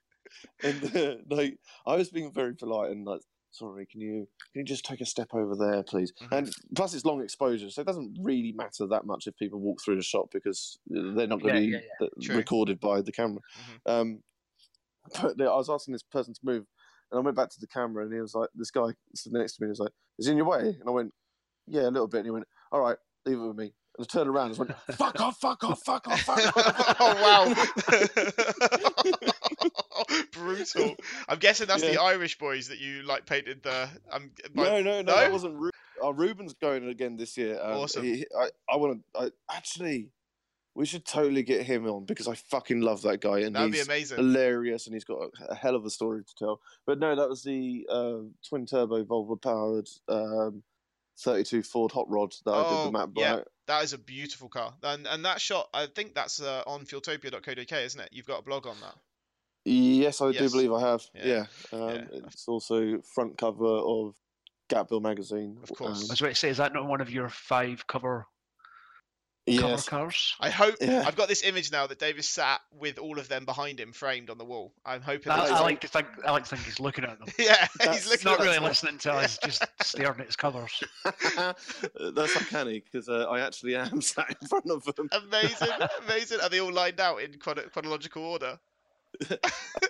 B: And uh, like, I was being very polite and like, sorry, can you can you just take a step over there, please?
C: Mm-hmm.
A: Mhm.
B: And plus, it's long exposure, so it doesn't really matter that much if people walk through the shop because uh, they're not going to be
C: Yeah, yeah, Mm-hmm.
B: uh,
A: True.
B: recorded by the camera.
A: Mhm.
B: Um, but I was asking this person to move, and I went back to the camera, and he was like, this guy sitting next to me was like, "Is it in your way?" And I went, "Yeah, a little bit." And he went, "All right, leave it with me." And I turned around and just went, "Fuck off! Fuck off! Fuck off! Fuck off!"
A: oh wow. Brutal. I'm guessing that's the
B: Yeah.
A: Irish boys that you like painted the. um, I'm by-
B: No, no, no,
A: No?
B: that wasn't. Ru- oh, Ruben's going again this year. Um,
A: Awesome.
B: he- I, I want to. I, actually, we should totally get him on because I fucking love that guy and
A: that'd be
B: he's
A: amazing.
B: hilarious and he's got a, a hell of a story to tell. But no, that was the uh, twin turbo Volvo powered um, 32 Ford hot rod that I
A: Oh,
B: did the map
A: yeah.
B: blowout.
A: That is a beautiful car, and and that shot. I think that's uh, on Fueltopia.co.uk, isn't it? You've got a blog on that.
B: Yes, I do
A: Yes.
B: believe I have.
A: Yeah.
B: Yeah, Um,
A: Yeah.
B: it's also front cover of Gapbill magazine. Um,
A: Of course.
C: I was about to say, is that not one of your five cover
B: Yes.
C: cover cars.
A: I hope
B: Yeah.
A: I've got this image now that Davis sat with all of them behind him, framed on the wall. I'm hoping.
C: I,
A: that's
C: I
A: what-
C: like to think I like to think he's looking at them.
A: yeah,
B: That's
A: he's looking.
C: Not
A: at
C: really
A: us.
C: listening to us, just staring at his covers.
B: That's uncanny because uh, I actually am sat in front of them.
A: Amazing, amazing. Are they all lined out in chrono- chronological order?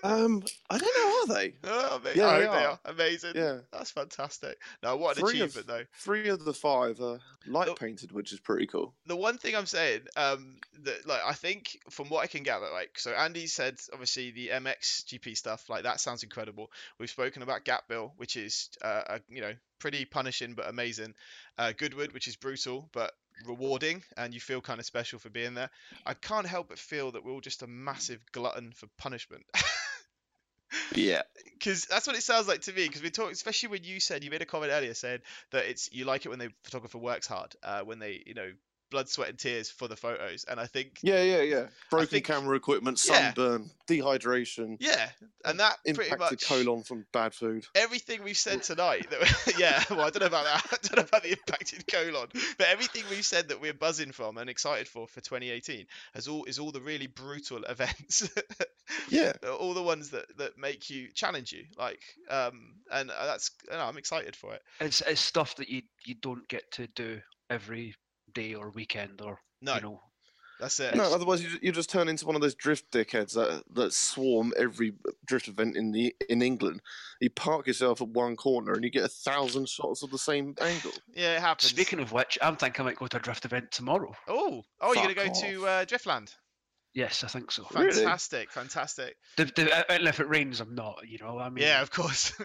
B: Um, I don't know, are they?
A: Oh, ama-
B: Yeah,
A: I
B: they
A: hope they
B: are.
A: are. Amazing.
B: Yeah,
A: That's fantastic. Now, what an
B: Three of-
A: achievement, though.
B: three of the five are light
A: Look-
B: painted, which is pretty cool.
A: the one thing I'm saying, um, that like I think from what I can gather, like so Andy said, obviously the MX GP stuff, like that sounds incredible. We've spoken about Gap Bill, which is uh, a, you know pretty punishing but amazing. Uh, Goodwood, which is brutal but rewarding, and you feel kind of special for being there. I can't help but feel that we're all just a massive glutton for punishment.
B: Yeah,
A: because that's what it sounds like to me. Because we're talking, especially when you said you made a comment earlier saying that it's you like it when the photographer works hard, uh, when they you know blood, sweat, and tears for the photos. And I think
B: yeah, yeah, yeah. Broken
A: think-
B: camera equipment,
A: Yeah.
B: sunburn, dehydration,
A: yeah, and that pretty
B: impacted
A: much
B: colon from bad food.
A: everything we've said tonight. That, yeah, well I don't know about that. I don't know about the impacted colon, but everything we've said that we're buzzing from and excited for for 2018 has all is all the really brutal events
B: Yeah,
A: Uh, all the ones that that make you challenge you like um and uh, that's I know, i'm excited for it
C: It's it's stuff that you you don't get to do every day or weekend or
A: no
C: you know.
A: that's it
B: no. Otherwise, you, you just turn into one of those drift dickheads that that swarm every drift event in the in England. You park yourself at one corner and you get a thousand shots of the same angle.
A: Yeah, it happens.
C: Speaking of which, I'm thinking I might go to a drift event tomorrow.
A: oh, oh, you're gonna go
B: Fuck
A: to uh, Driftland.
C: Yes, I think so.
B: Really?
A: Fantastic, fantastic.
C: The, the, and if it rains, I'm not. You know, I mean,
A: Yeah, of course.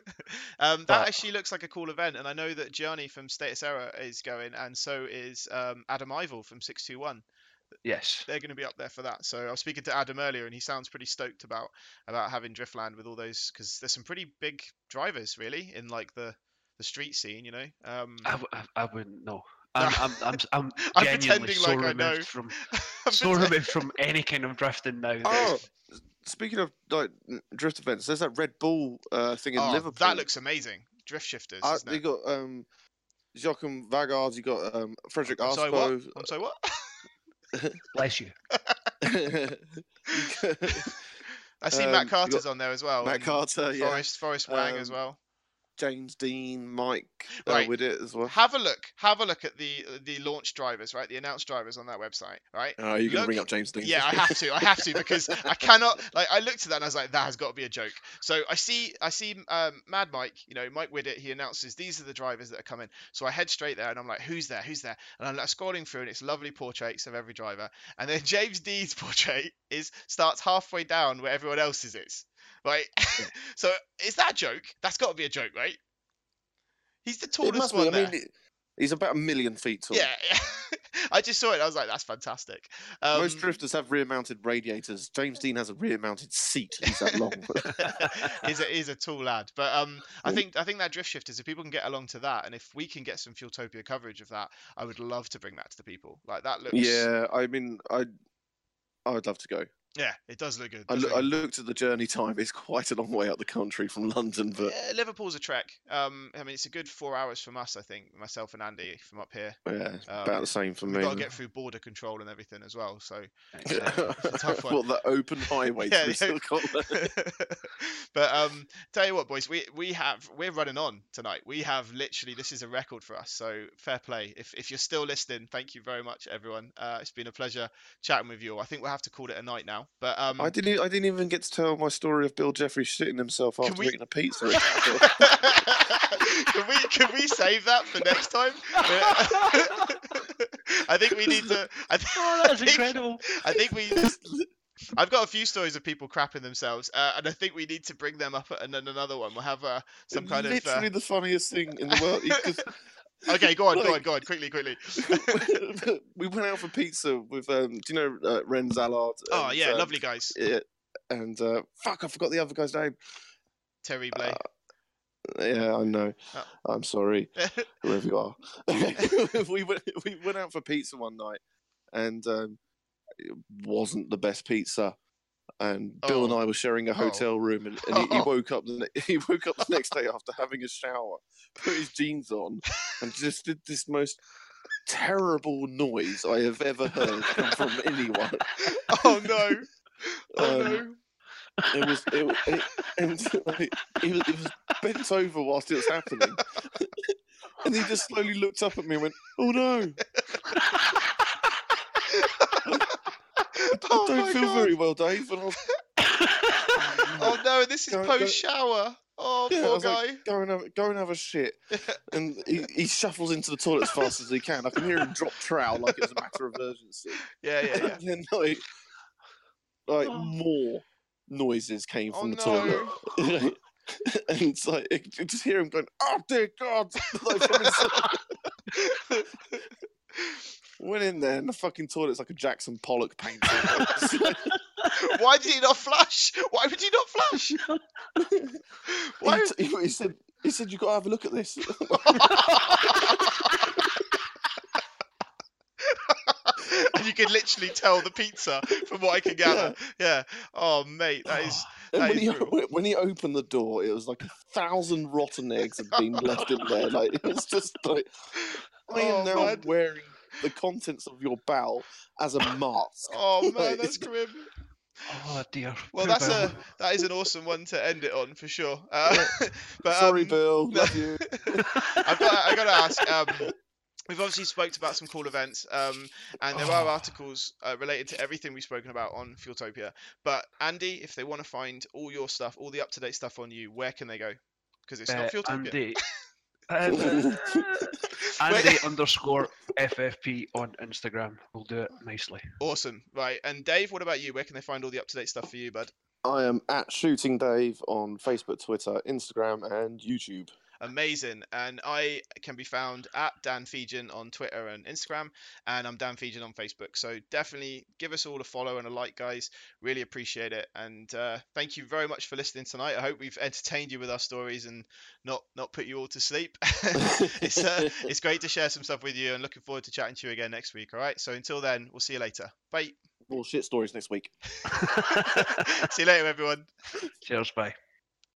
A: um, that
B: But-
A: actually looks like a cool event, and I know that Gianni from Status Error is going, and so is um, Adam Ival from Six Two One.
C: yes.
A: They're going to be up there for that. So I was speaking to Adam earlier, and he sounds pretty stoked about about having Driftland with all those because there's some pretty big drivers really in like the the street scene, you know. Um,
C: I, w- I- I wouldn't know. I'm, I'm, I'm, s- I'm
A: I'm
C: genuinely
A: pretending
C: so
A: like I
C: removed
A: know.
C: from
A: I'm
C: so
A: pretend-
C: removed from any kind of drifting now. that-
B: Oh, speaking of like n- drift events, there's that Red Bull uh, thing in
A: Oh,
B: Liverpool.
A: that looks amazing. Drift shifters.
B: Uh,
A: isn't
B: you
A: it?
B: got um, Joachim Vagard, you got um, Frederick
A: I'm sorry, what?
B: Aspro.
A: I'm sorry, what?
C: bless you.
A: I see
B: Um, you
A: Matt
B: got
A: Carter's on there as well.
B: Matt
A: and
B: Carter, yeah.
A: Forrest Forrest Wang as
B: Um,
A: well.
B: James Dean, Mike uh,
A: Right.
B: with it as well.
A: Have a look. Have a look at the the launch drivers, right? The announced drivers on that website, right?
B: Oh, you're
A: look-
B: gonna bring up James Dean.
A: Yeah, I have to. I have to because I cannot. Like, I looked at that and I was like, that has got to be a joke. So I see, I see, um, Mad Mike. You know, Mike Widdett. He announces these are the drivers that are coming. So I head straight there and I'm like, who's there? Who's there? And I'm like, scrolling through and it's lovely portraits of every driver. And then James Dean's portrait is starts halfway down where everyone else's is. Right. so is that a joke? That's got to be a joke, right? He's the
B: It
A: tallest
B: must be.
A: one
B: I
A: there.
B: mean, it- he's about a million feet tall.
A: yeah. I just saw it. I was like, that's fantastic. Um,
B: Most drifters have rear-mounted radiators. James Dean has a rear-mounted seat. He's that long.
A: is a is a tall lad. But um, I
B: Mm.
A: think I think that drift shifters. If people can get along to that, and if we can get some Fueltopia coverage of that, I would love to bring that to the people. Like that looks.
B: yeah, I mean, I, I would love to go.
A: Yeah, it does look good.
B: I,
A: does
B: loo-
A: look
B: I
A: good.
B: looked at the journey time. It's quite a long way out the country from London, but
A: Yeah, Liverpool's a trek. Um, I mean, it's a good four hours from us. I think myself and Andy from up here.
B: yeah, it's
A: Um,
B: about the same for
A: We've
B: me.
A: got to get through border control and everything as well. So
C: Exactly.
A: a tough one.
B: what the open highway
A: Yeah,
B: through
A: the open-
B: Scotland?
A: but um, tell you what, boys, we we have we're running on tonight. We have literally this is a record for us. So fair play. If if you're still listening, thank you very much, everyone. Uh, it's been a pleasure chatting with you all. I think we'll have to call it a night now. But um,
B: I didn't. e- I didn't even get to tell my story of Bill Jeffries shitting himself after
A: we-
B: eating a pizza.
A: can we can we save that for next time? I think we need to. I, th-
C: oh, that's
A: I think-
C: incredible.
A: I think we. I've got a few stories of people crapping themselves, uh, and I think we need to bring them up at an- another one. We'll have uh, some kind of. Uh,
B: literally the funniest thing in the world. He just-
A: Okay, go on, go on,
B: Like-
A: go on, quickly, quickly.
B: we went out for pizza with um, do you know uh, Ren Zallard?
A: Oh
B: and,
A: yeah,
B: um,
A: lovely guys.
B: yeah, and uh, fuck, I forgot the other guy's name.
A: Terry Blay.
B: Uh, Yeah, I know.
A: Oh.
B: I'm sorry, whoever you are. we went we went out for pizza one night, and um, it wasn't the best pizza. And Bill and
A: Oh.
B: I were sharing a hotel room, and, and he, he
A: Oh.
B: woke up the ne- he woke up the next day after having a shower, put his jeans on, and just did this most terrible noise I have ever heard from anyone.
A: Oh no! Oh
B: Um,
A: no!
B: It was it, wa- it, it, was, like, he was, he was bent over whilst it was happening, and he just slowly looked up at me and went, "Oh no, I
A: Oh
B: don't
A: my
B: feel
A: God.
B: very well, Dave." And I was
A: Oh no! This is
B: Go- go-
A: post shower. Oh
B: Yeah, I
A: poor
B: was
A: guy.
B: like, go and have, go and have a shit. And he, he shuffles into the toilet as fast as he can. I can hear him drop trowel like it's a matter of urgency.
A: Yeah, yeah, yeah.
B: And then like, like
C: Oh.
B: more noises came
A: Oh
B: from the
A: no!
B: toilet. and it's like it- you just hear him going, "Oh dear God!" like, from inside. Went in there and the fucking toilet's like a Jackson Pollock painting. It's like,
A: Why did he not flush? Why would he not flush? Why?
B: he, t- he said, "He said you got to have a look at this."
A: And you can literally tell the pizza from what I can gather. Yeah. Oh mate, that is.
B: And
A: That
B: when,
A: is
B: he,
A: brutal.
B: when he opened the door, it was like a thousand rotten eggs had been left in there. Like it was just like I am
A: Oh,
B: now
A: man.
B: wearing the contents of your bowel as a mask.
A: Oh man,
B: Right.
A: that's grim.
C: Oh dear.
A: Well,
C: Poor
A: that's
C: Bill.
A: a that is an awesome one to end it on for sure. Uh, but
B: Sorry,
A: um,
B: Bill.
A: no.
B: Love you.
A: I've got, i got to ask. Um, we've obviously spoke about some cool events, um, and there are
C: Oh.
A: articles uh, related to everything we've spoken about on Fueltopia. But Andy, if they want to find all your stuff, all the up to date stuff on you, where can they go? Because it's
C: Uh,
A: not Fueltopia.
C: Andy. Um, uh, Andy underscore FFP on Instagram. We'll do it nicely.
A: Awesome, right? And Dave, what about you? Where can they find all the up to date stuff for you, bud?
B: I am at Shooting Dave on Facebook, Twitter, Instagram, and YouTube.
A: Amazing. And I can be found at Dan Fijian on Twitter and Instagram, and I'm Dan Fijian on Facebook. So definitely give us all a follow and a like, guys. Really appreciate it. And uh, thank you very much for listening tonight. I hope we've entertained you with our stories and not not put you all to sleep. it's uh, it's great to share some stuff with you, and looking forward to chatting to you again next week. All right. So until then, we'll see you later. Bye.
B: More shit stories next week.
A: see you later, everyone.
C: Cheers, bye.